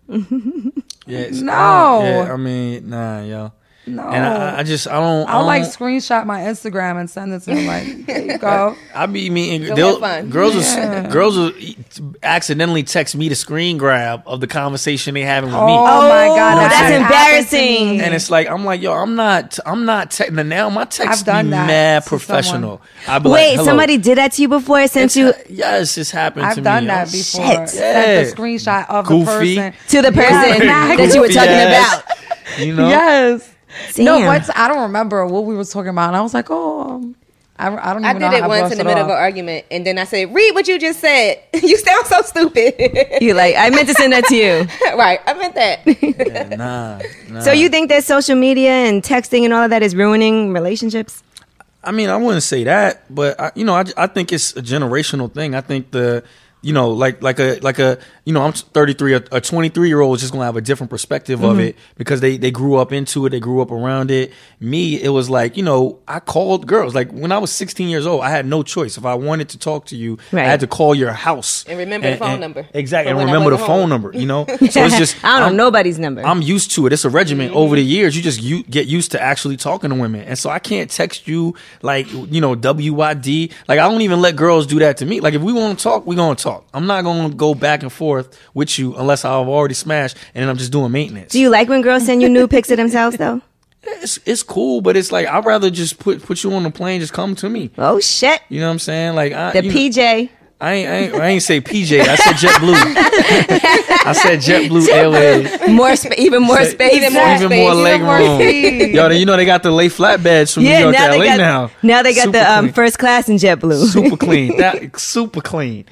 D: Yeah, it's-
C: No.
D: I don't- yeah, I mean, nah, yo. No. And I, I just, I don't. I
C: I'll
D: don't,
C: like screenshot my Instagram and send it to him. Like, there you go.
D: I be meeting
B: have
D: they'll-
B: fun.
D: girls. Will, girls will e- accidentally text me the screen grab of the conversation they having with
C: Oh,
D: me.
C: my god,
A: that's
C: that happened to
A: embarrassing.
C: me.
D: And it's like I'm like, yo, I'm not, I'm not. Te- now my text
C: I've done
D: be
C: that
D: mad
C: to
D: professional. I be like,
A: Wait,
D: hello.
A: somebody did that to you before? It sent
D: It's-
A: you
D: Uh, yes, it's happened to
C: I've
D: me.
C: done
D: Oh,
C: that before.
A: shit.
D: Yeah.
C: Sent the screenshot of
D: Goofy.
C: the person
A: to the person
C: Yeah.
A: that you were
D: goofy
A: talking
D: ass.
A: about.
D: You know.
C: Yes. No,
A: Damn.
C: what's I don't remember what we were talking about. And I was like, oh, um, I, I don't even
B: I
C: know.
B: did it
C: how
B: once
C: lost
B: in the middle of
C: all.
B: an argument, and then I said, "Read what you just said. you sound so stupid."
A: You like? I meant to send that to you.
B: right? I meant that.
D: Yeah, nah, nah.
A: So you think that social media and texting and all of that is ruining relationships?
D: I mean, I wouldn't say that, but I, you know, I, I think it's a generational thing. I think the you know, like like a like a you know, I'm 33. A 23 year old is just gonna have a different perspective
A: Mm-hmm.
D: of it because they they grew up into it, they grew up around it. Me, it was like you know, I called girls like when I was 16 years old. I had no choice if I wanted to talk to you,
A: Right.
D: I had to call your house
B: And remember the phone number
D: exactly,
B: from when
D: and
B: I
D: remember the
B: went home.
D: phone number. You know, so it's just
A: I don't
D: I'm-
A: know nobody's number.
D: I'm used to it. It's a regimen over the years. You just you get used to actually talking to women, and so I can't text you like you know WYD. Like I don't even let girls do that to me. Like if we want to talk, we gonna talk. talk. I'm not going to go back and forth with you unless I've already smashed and then I'm just doing maintenance.
A: Do you like when girls send you nude pics of themselves though?
D: it's, it's cool, but it's like I'd rather just put put you on the plane, just come to me.
A: Oh shit.
D: You know what I'm saying? Like I,
A: The
D: you know-
A: PJ.
D: I ain't, I ain't I ain't say PJ. I said JetBlue. I said JetBlue Airways.
A: More sp- even more
D: Say-
A: space.
B: Even more
D: even more
B: space,
D: leg
C: even more
D: room.
C: seats.
D: Yo, you know they got the lay flatbeds from New
A: Yeah,
D: York
A: now
D: to LA
A: they, got,
D: now.
A: they got
D: Super
A: the um,
D: clean.
A: first class in JetBlue.
D: super clean. That super clean.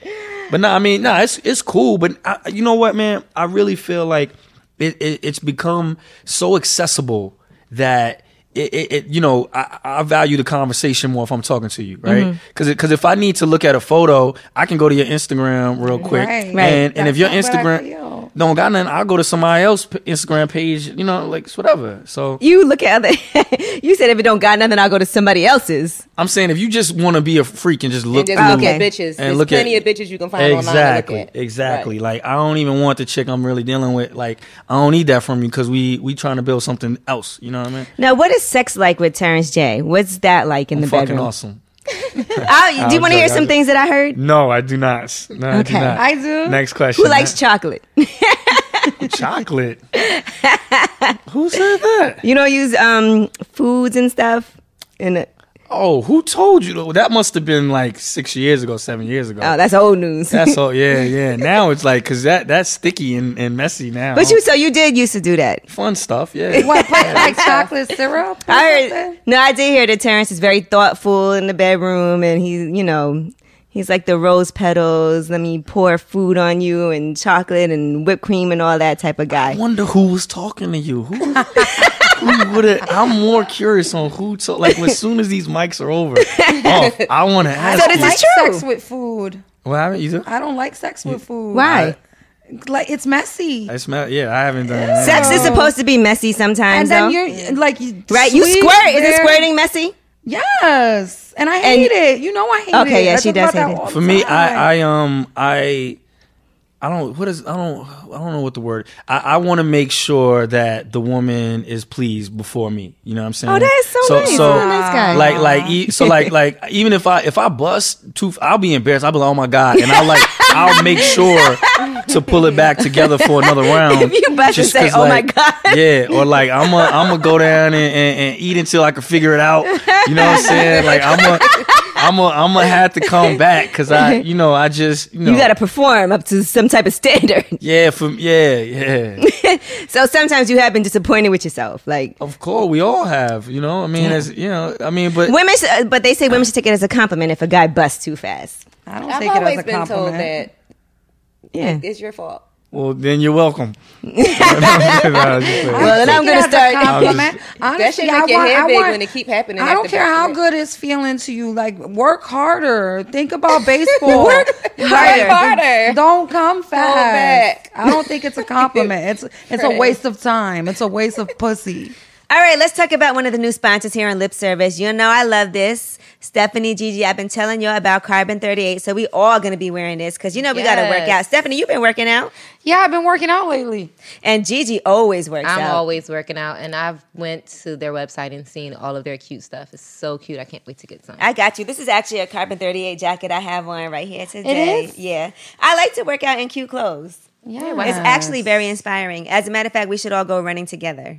D: But no, I mean, no, it's it's cool. But I, you know what, man? I really feel like it, it it's become so accessible that. It, it, it, you know, I, I value the conversation more if I'm talking to you, right? Because if I need to look at a photo, I can go to your Instagram real quick,
C: Right.
D: and
C: Right.
D: and if your
C: That's not what I
D: Instagram
C: feel.
D: don't got nothing, I'll go to somebody else's p- Instagram page. You know, like it's whatever. So
A: You look at other. you said if it don't got nothing, I'll go to somebody else's.
D: I'm saying if you just want to be a freak and just look
B: And just
D: through
B: look at
A: Okay.
B: bitches. There's plenty of bitches you can find online to look
D: exactly,
B: at.
D: Exactly. Like I don't even want the chick I'm really dealing with. Like I don't need that from you because we we trying to build something else. You know what I mean?
A: Now, what is sex like with Terrence J? What's that like in the
D: Fucking
A: bedroom?
D: awesome.
A: I, do you
D: I'm
A: want to hear
D: joking, I'm
A: some things that I heard?
D: No, I do not. No, I
A: Okay. not.
C: I do.
D: Next question.
A: Who likes chocolate?
D: chocolate? who said that?
A: you don't use um foods and stuff. And uh,
D: Oh, who told you? though? That must have been like six years ago, seven years ago.
A: oh, that's old news.
D: that's all. Yeah, yeah. Now it's like because that that's sticky and, and messy now.
A: but you, so you did used to do that.
D: fun stuff. Yeah.
C: What, put like chocolate syrup? or
A: I heard.
C: something?
A: No, I did hear that Terrence is very thoughtful in the bedroom, and he's you know. He's like the rose petals. Let me pour food on you and chocolate and whipped cream and all that type of guy.
D: I wonder who was talking to you. Who, who would have? I'm more curious on who. To, like, as soon as these mics are over, off, I want to ask.
A: So
D: you,
A: does
C: like
A: It's true.
C: sex with food.
D: What happened? You do?
C: I don't like sex with food.
A: Why?
C: Like it's messy.
D: I smell. Yeah, I haven't done that.
A: Sex is supposed to be messy sometimes,
C: and then
A: though.
C: you're like you,
A: right? You
C: sweet,
A: squirt. Is it
C: very-
A: squirting messy?
C: Yes, and I hate it. You know I hate it.
A: Okay, yeah,
C: I
A: she
C: talk
A: does
C: about that
A: hate it.
C: all the
D: For me,
C: time.
D: I, I um I I don't what is I don't I don't know what the word I, I want to make sure that the woman is pleased before me. You know what I'm saying?
A: Oh, that is so, nice.
D: So,
A: You're a nice guy.
D: like like e- so like like even if I if I bust tooth I'll be embarrassed. I'll be like, oh my god, and I like I'll make sure to pull it back together for another round.
A: If you bust and
D: just
A: say,
D: 'cause,
A: "Oh my
D: like,
A: God."
D: yeah, or like I'm i I'm gonna go down and, and, and eat until I can figure it out. You know what I'm saying? Like I'm a I'm a I'm gonna have to come back because I you know I just you know
A: you got to perform up to some type of standard.
D: yeah from yeah yeah.
A: so sometimes you have been disappointed with yourself. Like
D: of course, we all have. You know, I mean, as you know, I mean, but
A: women, should, uh, but they say women should take it as a compliment if a guy busts too fast.
C: I don't
B: I've
C: take it as
B: always
C: a
B: been told
C: compliment.
B: that
A: Yeah.
B: it's your fault.
D: well, then you're welcome. No, I'm just playing.
A: Well, then I'm
C: Take it
A: gonna
C: as a
A: start.
C: compliment.
B: That should
C: Honestly,
B: make
C: I
B: your
C: want,
B: head
C: I
B: big
C: want,
B: when it keep happening.
C: I
B: at
C: don't
B: the
C: care how
B: basketball.
C: good it's feeling to you. Like work harder. Think about baseball.
A: Work
C: Like,
A: harder.
B: harder.
C: Don't come fast.
B: back.
C: I don't think it's a compliment. It's it's a
B: Right.
C: waste of time. It's a waste of pussy.
A: All right, let's talk about one of the new sponsors here on Lip Service. You know I love this. Stephanie Gigi, I've been telling you about Carbon 38, so we all gonna be wearing this because you know we gotta work
B: Yes.
A: out. Stephanie, you've been working out,
C: Yeah, I've been working out lately.
A: and Gigi always works
B: I'm
A: out.
B: always working out, and I've went to their website and seen all of their cute stuff. It's so cute. I can't wait to get some.
A: I got you. This is actually a Carbon 38 jacket I have on right here today.
C: is?
A: Yeah. I like to work out in cute clothes.
B: yeah,
A: It's actually very inspiring. As a matter of fact, we should all go running together.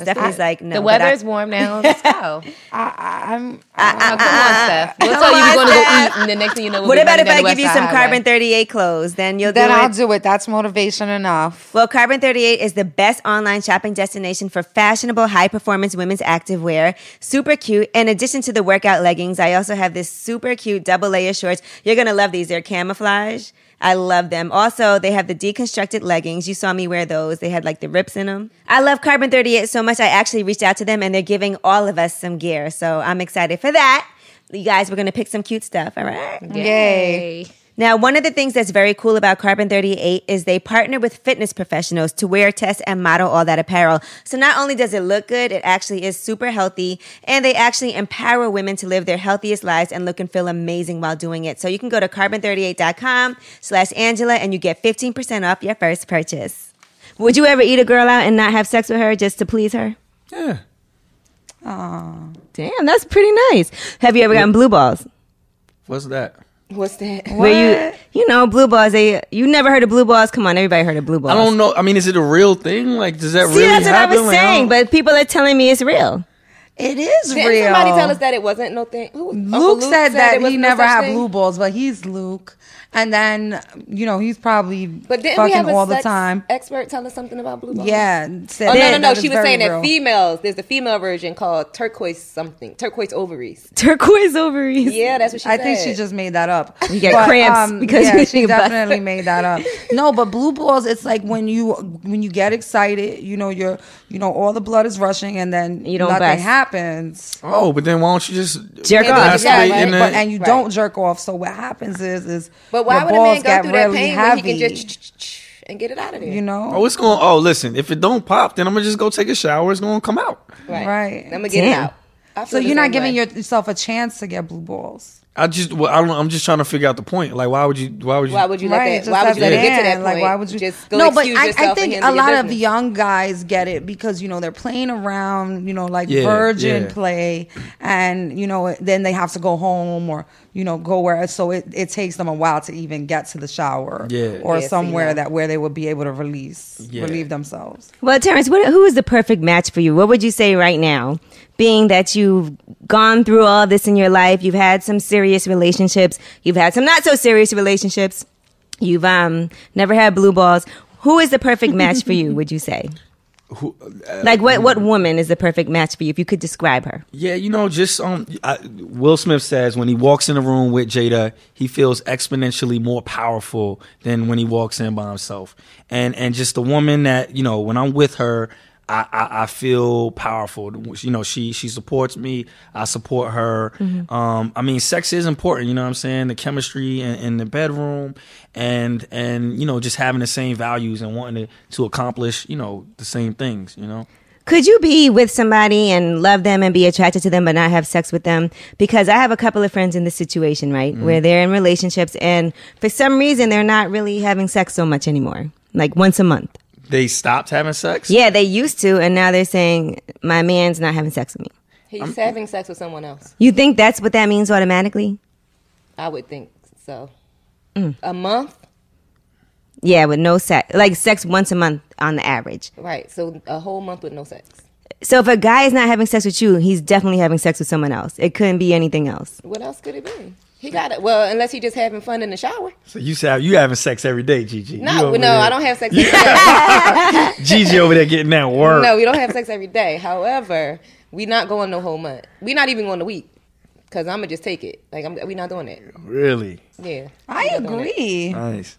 A: Stephanie's like, no.
B: the
A: but I-
B: weather's warm now. Let's go. Uh,
C: I, I, I'm
B: Now, come on, Steph. uh, We'll tell you
A: on,
B: we're going to go
A: Steph.
B: eat, and the next thing you know, we'll
A: What
B: be
A: about if
B: running
A: I
B: down the
A: give you
B: West
A: some
B: Side Highway.
A: Carbon 38 clothes? Then you'll
C: then
A: do
C: I'll
A: it.
C: do it. That's motivation enough.
A: Well, Carbon 38 is the best online shopping destination for fashionable, high performance women's active wear. Super cute. In addition to the workout leggings, I also have this super cute double layer shorts. You're going to love these. They're camouflage. I love them. Also, they have the deconstructed leggings. You saw me wear those. They had like the rips in them. I love Carbon 38 so much. I actually reached out to them and they're giving all of us some gear. So I'm excited for that. You guys, we're going to pick some cute stuff. All right.
C: Yay.
B: Yay.
A: Now, one of the things that's very cool about Carbon 38 is they partner with fitness professionals to wear, test, and model all that apparel. So not only does it look good, it actually is super healthy, and they actually empower women to live their healthiest lives and look and feel amazing while doing it. So you can go to carbon38.com slash Angela and you get 15% off your first purchase. Would you ever eat a girl out and not have sex with her just to please her?
D: yeah.
A: Damn, that's pretty nice. Have you ever gotten blue balls?
D: What's that?
B: What's that?
A: Where you you know blue balls? They you never heard of blue balls? Come on, everybody heard of blue balls.
D: I don't know. I mean, is it a real thing? Like, does that
A: See,
D: really
A: that's what
D: happen?
A: I was
D: Like, I
A: saying,
D: don't-
A: but people are telling me it's real.
C: It is
B: Didn't
C: real.
B: somebody tell us that it wasn't no thing? Who, Uncle
C: Luke said, that
B: it
C: he
B: wasn't no
C: never
B: such
C: had
B: thing?
C: blue balls, but he's Luke. And then you know he's probably
B: But didn't we
C: fucking
B: have a
C: all the
B: sex
C: time.
B: expert tell us something about blue balls?
C: Yeah. said
B: Oh no,
C: that-
B: no, no!
C: that
B: She
C: is
B: was
C: very
B: saying
C: real.
B: that females. There's the female version called turquoise something, turquoise ovaries.
A: Turquoise ovaries.
B: Yeah, that's what she
C: I
B: said.
C: think she just made that up. um,
A: You get cramps because
C: yeah,
A: you
C: she
A: think about
C: definitely made that up. No, but blue balls, it's like when you when you get excited, you know, you're you know all the blood is rushing, and then
A: You don't
C: nothing
A: bust.
C: happens.
D: oh, but then why don't you just
A: Jerk
D: masturbate
A: off.
B: Yeah, right.
D: in the-
C: But, and you
B: Right.
C: don't jerk off. So what happens is is
B: But why
C: your
B: would a man go
C: balls get
B: through that
C: really
B: pain
C: heavy.
B: when he can just and get it out of there?
C: you know,
D: Oh, it's going. Oh, listen. If it don't pop, then I'm gonna just go take a shower. It's gonna come out.
C: Right.
B: I'm gonna get it
A: Damn.
B: out. I
C: so
B: feel the
C: you're not
B: same
C: giving
B: way.
C: yourself a chance to get blue balls.
D: I just. Well, I don't. I'm just trying to figure out the point. Like, why would you? Why would you?
B: Why would you let
C: right,
B: that? Why would
C: just
B: you let it get to that
C: abandon,
B: point?
C: Like, why would you
B: just go
C: No, but
B: excuse
C: I, I
B: yourself
C: think
B: and
C: a
B: handle your
C: lot of
B: business?
C: young guys get it because you know they're playing around, you know, like
D: Yeah,
C: virgin
D: yeah.
C: play, and you know then they have to go home or you know go where. So it, it takes them a while to even get to the shower,
D: Yeah.
C: or
B: Yeah, see,
C: somewhere
B: yeah.
C: that where they would be able to release,
D: Yeah.
C: relieve themselves.
A: Well, Terrence, what, who is the perfect match for you? What would you say right now? Being that you've gone through all this in your life, you've had some serious relationships, you've had some not so serious relationships, you've um never had blue balls. Who is the perfect match for you? Would you say?
D: Who-
A: Like what what woman is the perfect match for you? If you could describe her,
D: Yeah, you know, just um, I, Will Smith says when he walks in a room with Jada, he feels exponentially more powerful than when he walks in by himself. And and just the woman that you know, when I'm with her, I I, I feel powerful. You know, she she supports me. I support her. Um, I mean, sex is important. You know what I'm saying? The chemistry in, in the bedroom, and and you know, just having the same values and wanting to to accomplish you know the same things. You know.
A: could you be with somebody and love them and be attracted to them but not have sex with them? Because I have a couple of friends in this situation, right, where they're in relationships and for some reason they're not really having sex so much anymore, like once a month.
D: They stopped having sex.
A: Yeah, they used to, and now they're saying my man's not having sex with me.
B: He's having sex with someone else.
A: You think that's what that means automatically?
B: I would think so.
C: Mm.
B: A month,
A: Yeah, with no sex, like sex once a month on the average.
B: right? So a whole month with no sex.
A: So if a guy is not having sex with you, he's definitely having sex with someone else. It couldn't be anything else.
B: What else could it be? He got it. Well, unless he just having fun in the shower.
D: So you have you having sex every day, Gigi? You
B: No,
D: over
B: no,
D: there-
B: I don't have sex. Every day.
D: Gigi over there getting that work.
B: No, we don't have sex every day. However, we not going no whole month. We not even going a week. Cause I'm gonna just take it. Like I'm, we not doing it.
D: Really
B: Yeah,
C: I agree.
D: nice.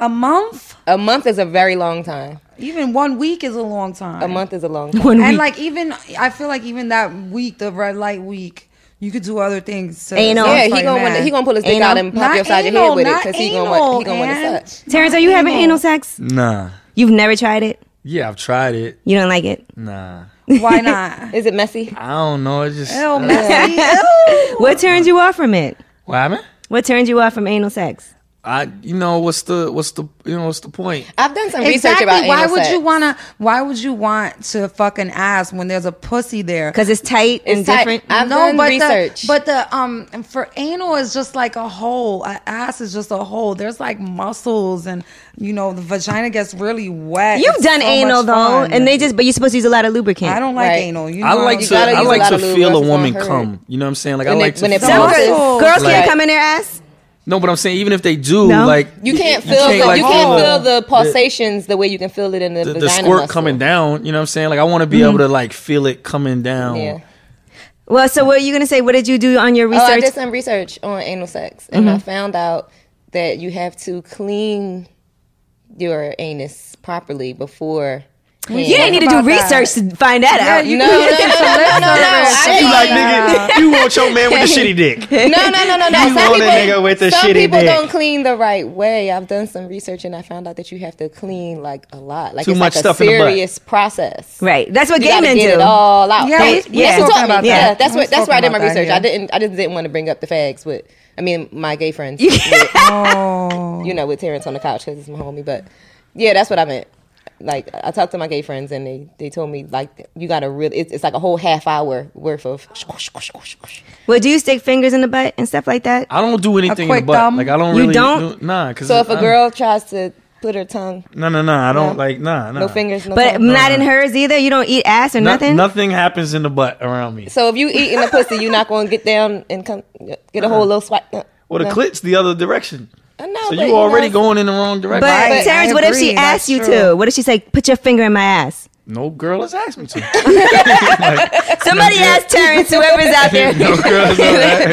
C: A month,
B: a month is a very long time.
C: even one week is a long time.
B: A month is a long time.
A: One
C: and
A: week.
C: like even I feel like even that week, the red light week, you could do other things. To
A: Anal.
B: yeah,
A: Sounds
B: he
C: satisfy
B: gonna
C: your
B: wanna,
C: Oh, man.
B: he gonna pull his dick
A: Anal?
B: out and pop
C: Not
B: you upside
C: anal,
B: your head with it
C: not
B: because he gonna
C: anal,
B: want, he gonna want
C: man.
B: to suck.
A: Terrence, are you having
C: anal.
A: anal sex?
D: Nah.
A: You've never tried it.
D: Yeah, I've tried it.
A: You don't like it.
D: Nah.
C: Why not?
B: Is it messy?
D: I don't know. It just
C: Ew,
D: uh,
C: messy. Ew.
A: What turns you off from it?
D: what happened.
A: What turns you off from anal sex?
D: I you know what's the what's the you know what's the point?
B: I've done some research
C: Exactly.
B: about
C: Why
B: anal
C: would
B: sex.
C: you wanna? Why would you want to fucking ask when there's a pussy there?
A: Because it's tight and
B: It's tight.
A: different.
B: I've done
C: but
B: research.
C: the but the um for anal is just like a hole. A ass is just a hole. There's like muscles and you know the vagina gets really wet.
A: You've
C: It's
A: done
C: so
A: anal
C: much
A: though,
C: fun.
A: and they just but you're supposed to use a lot of lubricant.
C: I don't like
B: Right.
C: anal. You know
D: I like
C: I'm
D: to
B: gotta
D: I
B: use a
D: like
B: lot
D: to
B: of lube,
D: feel
B: else
D: a
B: it's gonna
D: woman
B: hurt.
D: come. You know what I'm saying? Like
B: When
D: I
B: it-
D: like
B: when
D: to
B: it
D: feel.
A: No,
B: bounces.
A: girls, girls
D: Like-
A: can't come in their ass.
D: No, but I'm saying even if they do,
A: No?
D: like
B: You can't feel the,
D: like,
B: you can't feel the
D: the-
B: pulsations the way you can feel it in the,
D: the, the
B: vagina
D: squirt
B: muscle. Mm-hmm.
D: coming down. You know what I'm saying? Like I want to be able to like feel it coming down.
B: Yeah.
A: Well, so what are you gonna say? What did you do on your
B: Oh, I
A: research?
B: did some research on anal sex, and I found out that you have to clean your anus properly before.
A: you didn't need to do
C: about that.
A: research to find that out.
C: you
B: No, no, no, no, no, no,
D: You like
B: no. I-
D: nigga, you want your man with the shitty dick.
B: No, no, no, no, no.
D: You
B: Some
D: want a
B: people,
D: nigga with a
B: some
D: shitty
B: people
D: dick.
B: don't clean the right way. I've done some research and I found out that you have to clean like a lot. Like
D: Too
B: it's
D: much
B: like
D: stuff
B: a
D: in the butt.
B: serious process.
A: right. That's what
B: You
A: gay
B: gotta
A: men
B: get it
A: do.
B: all out.
C: Yeah,
A: we- we
B: that's
A: spoke
B: what taught me.
C: about
B: Yeah,
C: that.
B: that's
C: We
B: what that's
C: spoke
B: where I did my
C: about that,
B: research.
C: yeah.
B: I didn't I just didn't want to bring up the fags with I mean my gay friends.
C: Oh.
B: with, you know, with Terrence on the couch because it's my homie. But yeah, that's what I meant. like I talked to my gay friends and they, they told me like you got to really it's, it's like a whole half hour worth of
A: Well, do you stick fingers in the butt and stuff like that?
D: I don't do anything in the
C: quick
D: butt.
C: thumb?
D: Like I don't
A: You
D: really
A: don't?
D: do- nah. Cause
B: So if a
D: I'm-
B: girl tries to put her tongue,
D: no, no, no, I don't
B: No.
D: like nah, nah.
B: no fingers, no
A: But
B: tongue.
A: not in hers either. You don't eat ass or
D: No-
A: nothing.
D: Nothing happens in the butt around me.
B: So if you eating a pussy, you're not gonna get down and come get
A: Uh-huh.
B: a whole little swipe. No,
D: Well, the
B: no.
D: clit's the other direction.
B: I know,
D: So
B: but,
D: you already
B: know,
D: going in the wrong
A: But,
D: direction.
B: Right,
A: Terrence,
C: I
A: what if she
C: agree,
A: asked
C: that's
A: you
C: true.
A: to? What if she say, "Put your finger in my ass"?
D: No girl has asked me to. Like,
A: Somebody asked Terrence, whoever's out there.
D: no girl has ever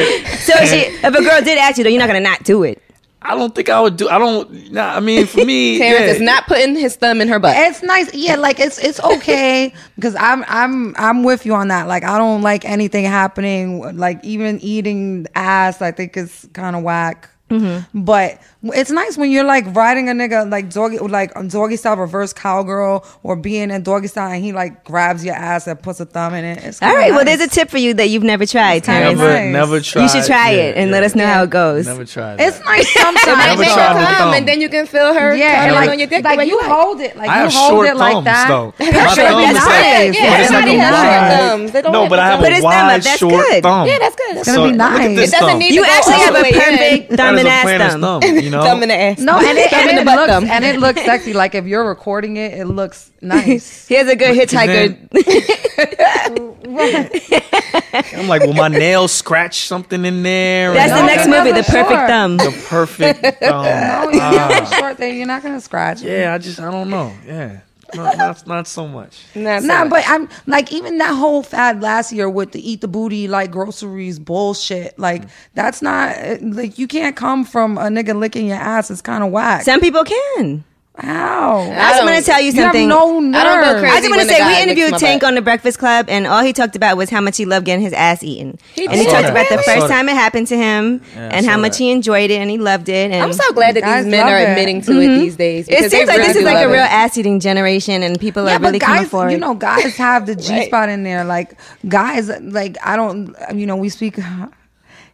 D: asked.
A: So if she, if a girl did ask you, though, you're not gonna not do it.
D: I don't think I would do. I don't. Nah. I mean, for me,
B: Terrence
D: yeah.
B: is not putting his thumb in her butt.
C: It's nice, yeah. Like it's it's okay because I'm I'm I'm with you on that. Like I don't like anything happening. Like even eating ass, I think is kind of whack.
B: Mm-hmm.
C: But it's nice when you're like riding a nigga like doggy like um, doggy style reverse cowgirl or being in doggy style and he like grabs your ass and puts a thumb in it. It's
A: All right. Well, there's
C: a.
A: a tip for you that you've never tried,
C: kinda
A: Terrence.
D: Never,
C: nice.
D: never
C: You
D: try.
A: You should try
D: yeah,
A: it and
D: yeah.
A: let us know how it goes.
D: Never try.
C: It's
D: that.
B: Might
C: nice
B: make
D: Never
C: sometimes.
B: her
D: tried with a
B: come,
D: thumb.
B: and then you can feel her
C: yeah,
B: yeah,
C: and
B: like,
C: like,
B: on your dick the
C: like
B: way
C: you
B: like.
C: hold it, like
D: I
C: you
D: have
C: hold
D: short
C: it like
D: thumbs
C: that.
D: though. My
A: That's really
D: thumb is like,
A: nice. Yeah,
D: but
B: everybody has short thumbs.
D: it's like a wide-
B: They don't
D: No,
B: have
D: but
B: big
D: I have
A: thumbs. But
D: a
A: it's not,
D: wide,
A: that's
D: short
A: good.
D: thumb.
B: Yeah, that's good. It's
C: gonna be
D: look at
C: nice.
D: this
B: It doesn't
D: thumb.
B: need
A: You
B: to go
A: actually
B: all
A: have
B: the
A: a
B: way in.
A: perfect
D: That
A: thumb
D: is
A: and
D: a
A: ass
D: plan as
A: thumb.
D: thumb, you know?
B: thumb in the ass.
C: No, and it,
B: Thumb
C: and
B: in
C: it
B: the butt
C: looks
B: thumb.
C: and it looks sexy. Like if you're recording it, it looks nice.
A: He has a good
D: then-
A: hitchhiker.
D: I'm like, will my nail scratch something in there?
A: That's the
C: No,
A: next
C: you're
A: movie, The
C: never
A: Perfect
C: sure.
A: Thumb.
D: the perfect thumb.
C: no, you have a short thing. You're not gonna scratch. it.
D: Yeah, I just I don't know. Yeah, not not, not so much.
B: Nah, so
C: Nah,
B: much.
C: but I'm like even that whole fad last year with the eat the booty like groceries bullshit. Like that's not eh, like you can't come from a nigga licking your ass. It's kind of whack.
A: Some people can.
C: How?
A: I just
B: don't-
A: want to tell you
C: You have
A: something.
C: no nerve.
B: I don't go crazy.
A: I just want to
B: when the
A: say
B: guy
A: we
B: licks
A: interviewed
B: my
A: Tank
B: butt.
A: on the Breakfast Club, and all he talked about was how much he loved getting his ass eaten.
B: He
A: and he
B: did.
A: talked
B: I saw
A: about
D: that.
A: the
D: I
A: first
D: saw that.
A: time it happened to him,
D: Yeah, I
A: and how
D: saw
A: much
D: that.
A: he enjoyed it and he loved it. And
B: I'm so glad that
C: Guys
B: these men
C: love
B: are
C: it.
B: admitting to it these days.
A: Mm-hmm. It
B: because they
A: seems like
B: really
A: this is
B: do
A: like a
B: love
A: real
B: it.
A: ass eating generation, and people are really
C: guys,
A: coming forward.
C: you know, guys have the G spot in there. Like guys, like I don't, you know, we speak.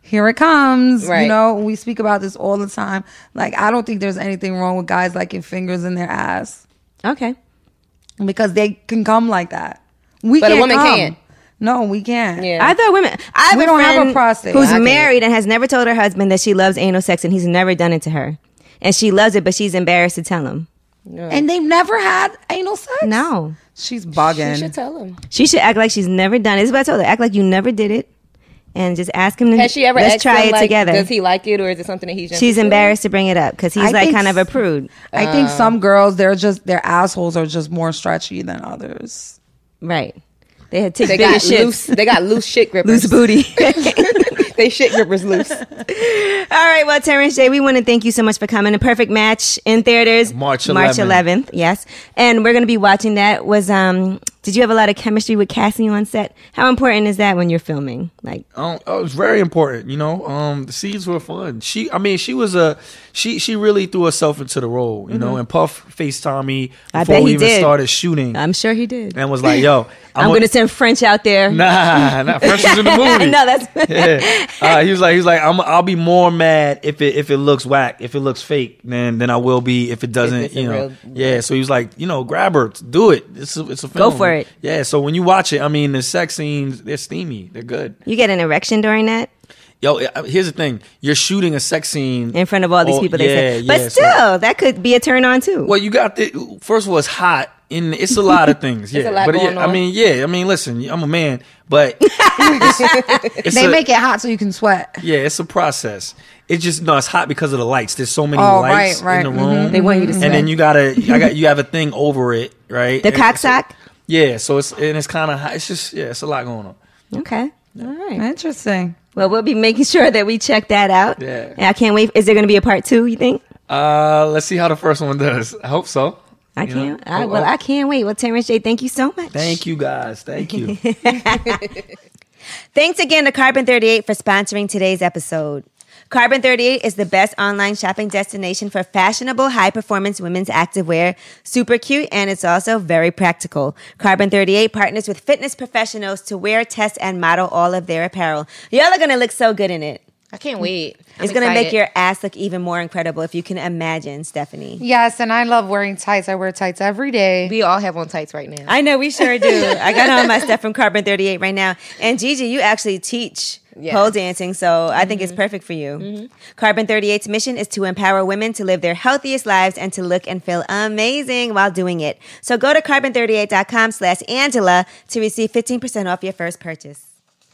C: Here it comes.
B: Right.
C: You know, we speak about this all the time. Like I don't think there's anything wrong with guys liking fingers in their ass
A: okay.
C: because they can come like that. We
B: But a
C: can't
B: woman
C: come.
B: can't.
C: No, we can't.
B: Yeah.
A: I thought women. I have
C: We
A: a
C: don't have a
A: friend
C: prostate.
A: who's
C: I can't.
A: married and has never told her husband that she loves anal sex, and he's never done it to her, and she loves it, but she's embarrassed to tell him.
C: And they've never had anal sex.
A: No,
C: she's
B: You
C: bugging.
B: should tell him.
A: she should act like she's never done it. This is what I told her. Act like you never did it, and just ask him. To,
B: Has she ever
A: Let's
B: asked
A: try
B: him,
A: it
B: like,
A: together.
B: Does he like it or is it something that he's just
A: She's embarrassed to bring it up because he's
C: I
A: like
C: think
A: kind of a
C: s-
A: prude,
C: I think some girls, they're just their assholes are just more stretchy than others.
A: right? They had take
B: They
A: bigger
B: got
A: shits,
B: loose. They got loose shit grippers.
A: loose booty.
B: they shit grippers loose.
A: All right, well, Terrence J, we want to thank you so much for coming. A perfect match in theaters,
D: March
A: 11th, yes. And we're going to be watching that. Was um, did you have a lot of chemistry with Cassie on set? How important is that when you're filming? Like,
D: Um, oh, it was very important, you know. Um, the scenes were fun. She, I mean, she was a she. She really threw herself into the role, you know. And Puff FaceTime me
A: Mm-hmm. I
D: before
A: bet
D: we
A: he
D: even
A: did.
D: started shooting,
A: I'm sure he did.
D: and was like, "Yo,
A: I'm,
D: on-
A: going to send French out there.
D: nah, nah, Fresh is in the
A: I
D: movie."
A: know that's
D: yeah. Uh, he was like, he was like, I'm, I'll be more mad if it if it looks whack, if it looks fake, then then I will be if it doesn't,
B: it's a
D: you know.
B: real-
D: yeah. So he was like, you know, grab her, do it. It's a, it's a film.
A: for it.
D: Yeah. So when you watch it, I mean, the sex scenes, they're steamy, they're good.
A: you get an erection during that
D: Yo, uh, here's the thing: you're shooting a sex scene
A: in front of all these
D: Oh,
A: people.
D: Yeah,
A: they say, but
D: yeah, so-
A: still, that could be a turn on too.
D: well, you got the first of all, it's hot. And it's a lot of things, yeah.
B: a lot
D: but
B: going
D: yeah, I
B: on.
D: mean, yeah. I mean, listen, I'm a man, but it's- it's
C: They
D: a-
C: make it hot so you can sweat.
D: Yeah, it's a process. It's just no, it's hot because of the lights. There's so many
C: Oh,
D: lights
C: right, right.
D: in the
C: Mhm.
D: room.
A: Mm-hmm. They want you to
D: and
A: sweat.
D: then you gotta, I got you have a thing over it, right?
A: The
D: And
A: cock
D: so-
A: sock?
D: Yeah, so it's and it's kind of hot. It's just yeah, it's a lot going on.
A: okay, all right.
C: Interesting.
A: Well, we'll be making sure that we check that out.
D: Yeah.
A: And I can't wait. Is there going to be a part two? You think?
D: Uh, let's see how the first one does. I hope so.
A: I
D: You know?
A: can't. I,
D: Oh,
A: well,
D: oh.
A: I can't wait. Well, Terrence J, thank you so much.
D: Thank you guys. Thank you.
A: Thanks again to Carbon 38 for sponsoring today's episode. Carbon 38 is the best online shopping destination for fashionable, high performance women's activewear. Super cute, and it's also very practical. Carbon 38 partners with fitness professionals to wear, test, and model all of their apparel. Y'all are gonna look so good in it.
B: I can't wait. I'm
A: it's going to make
B: excited.
A: your ass look even more incredible if you can imagine, Stephanie.
C: Yes, and I love wearing tights. I wear tights every day.
B: We all have on tights right now.
A: I know we sure do. I got on my stuff from Carbon 38 right now. And Gigi, you actually teach
B: Yeah.
A: pole dancing, so I think it's perfect for you. Carbon 38's mission is to empower women to live their healthiest lives and to look and feel amazing while doing it. So go to carbon38.com slash Angela to receive 15% off your first purchase.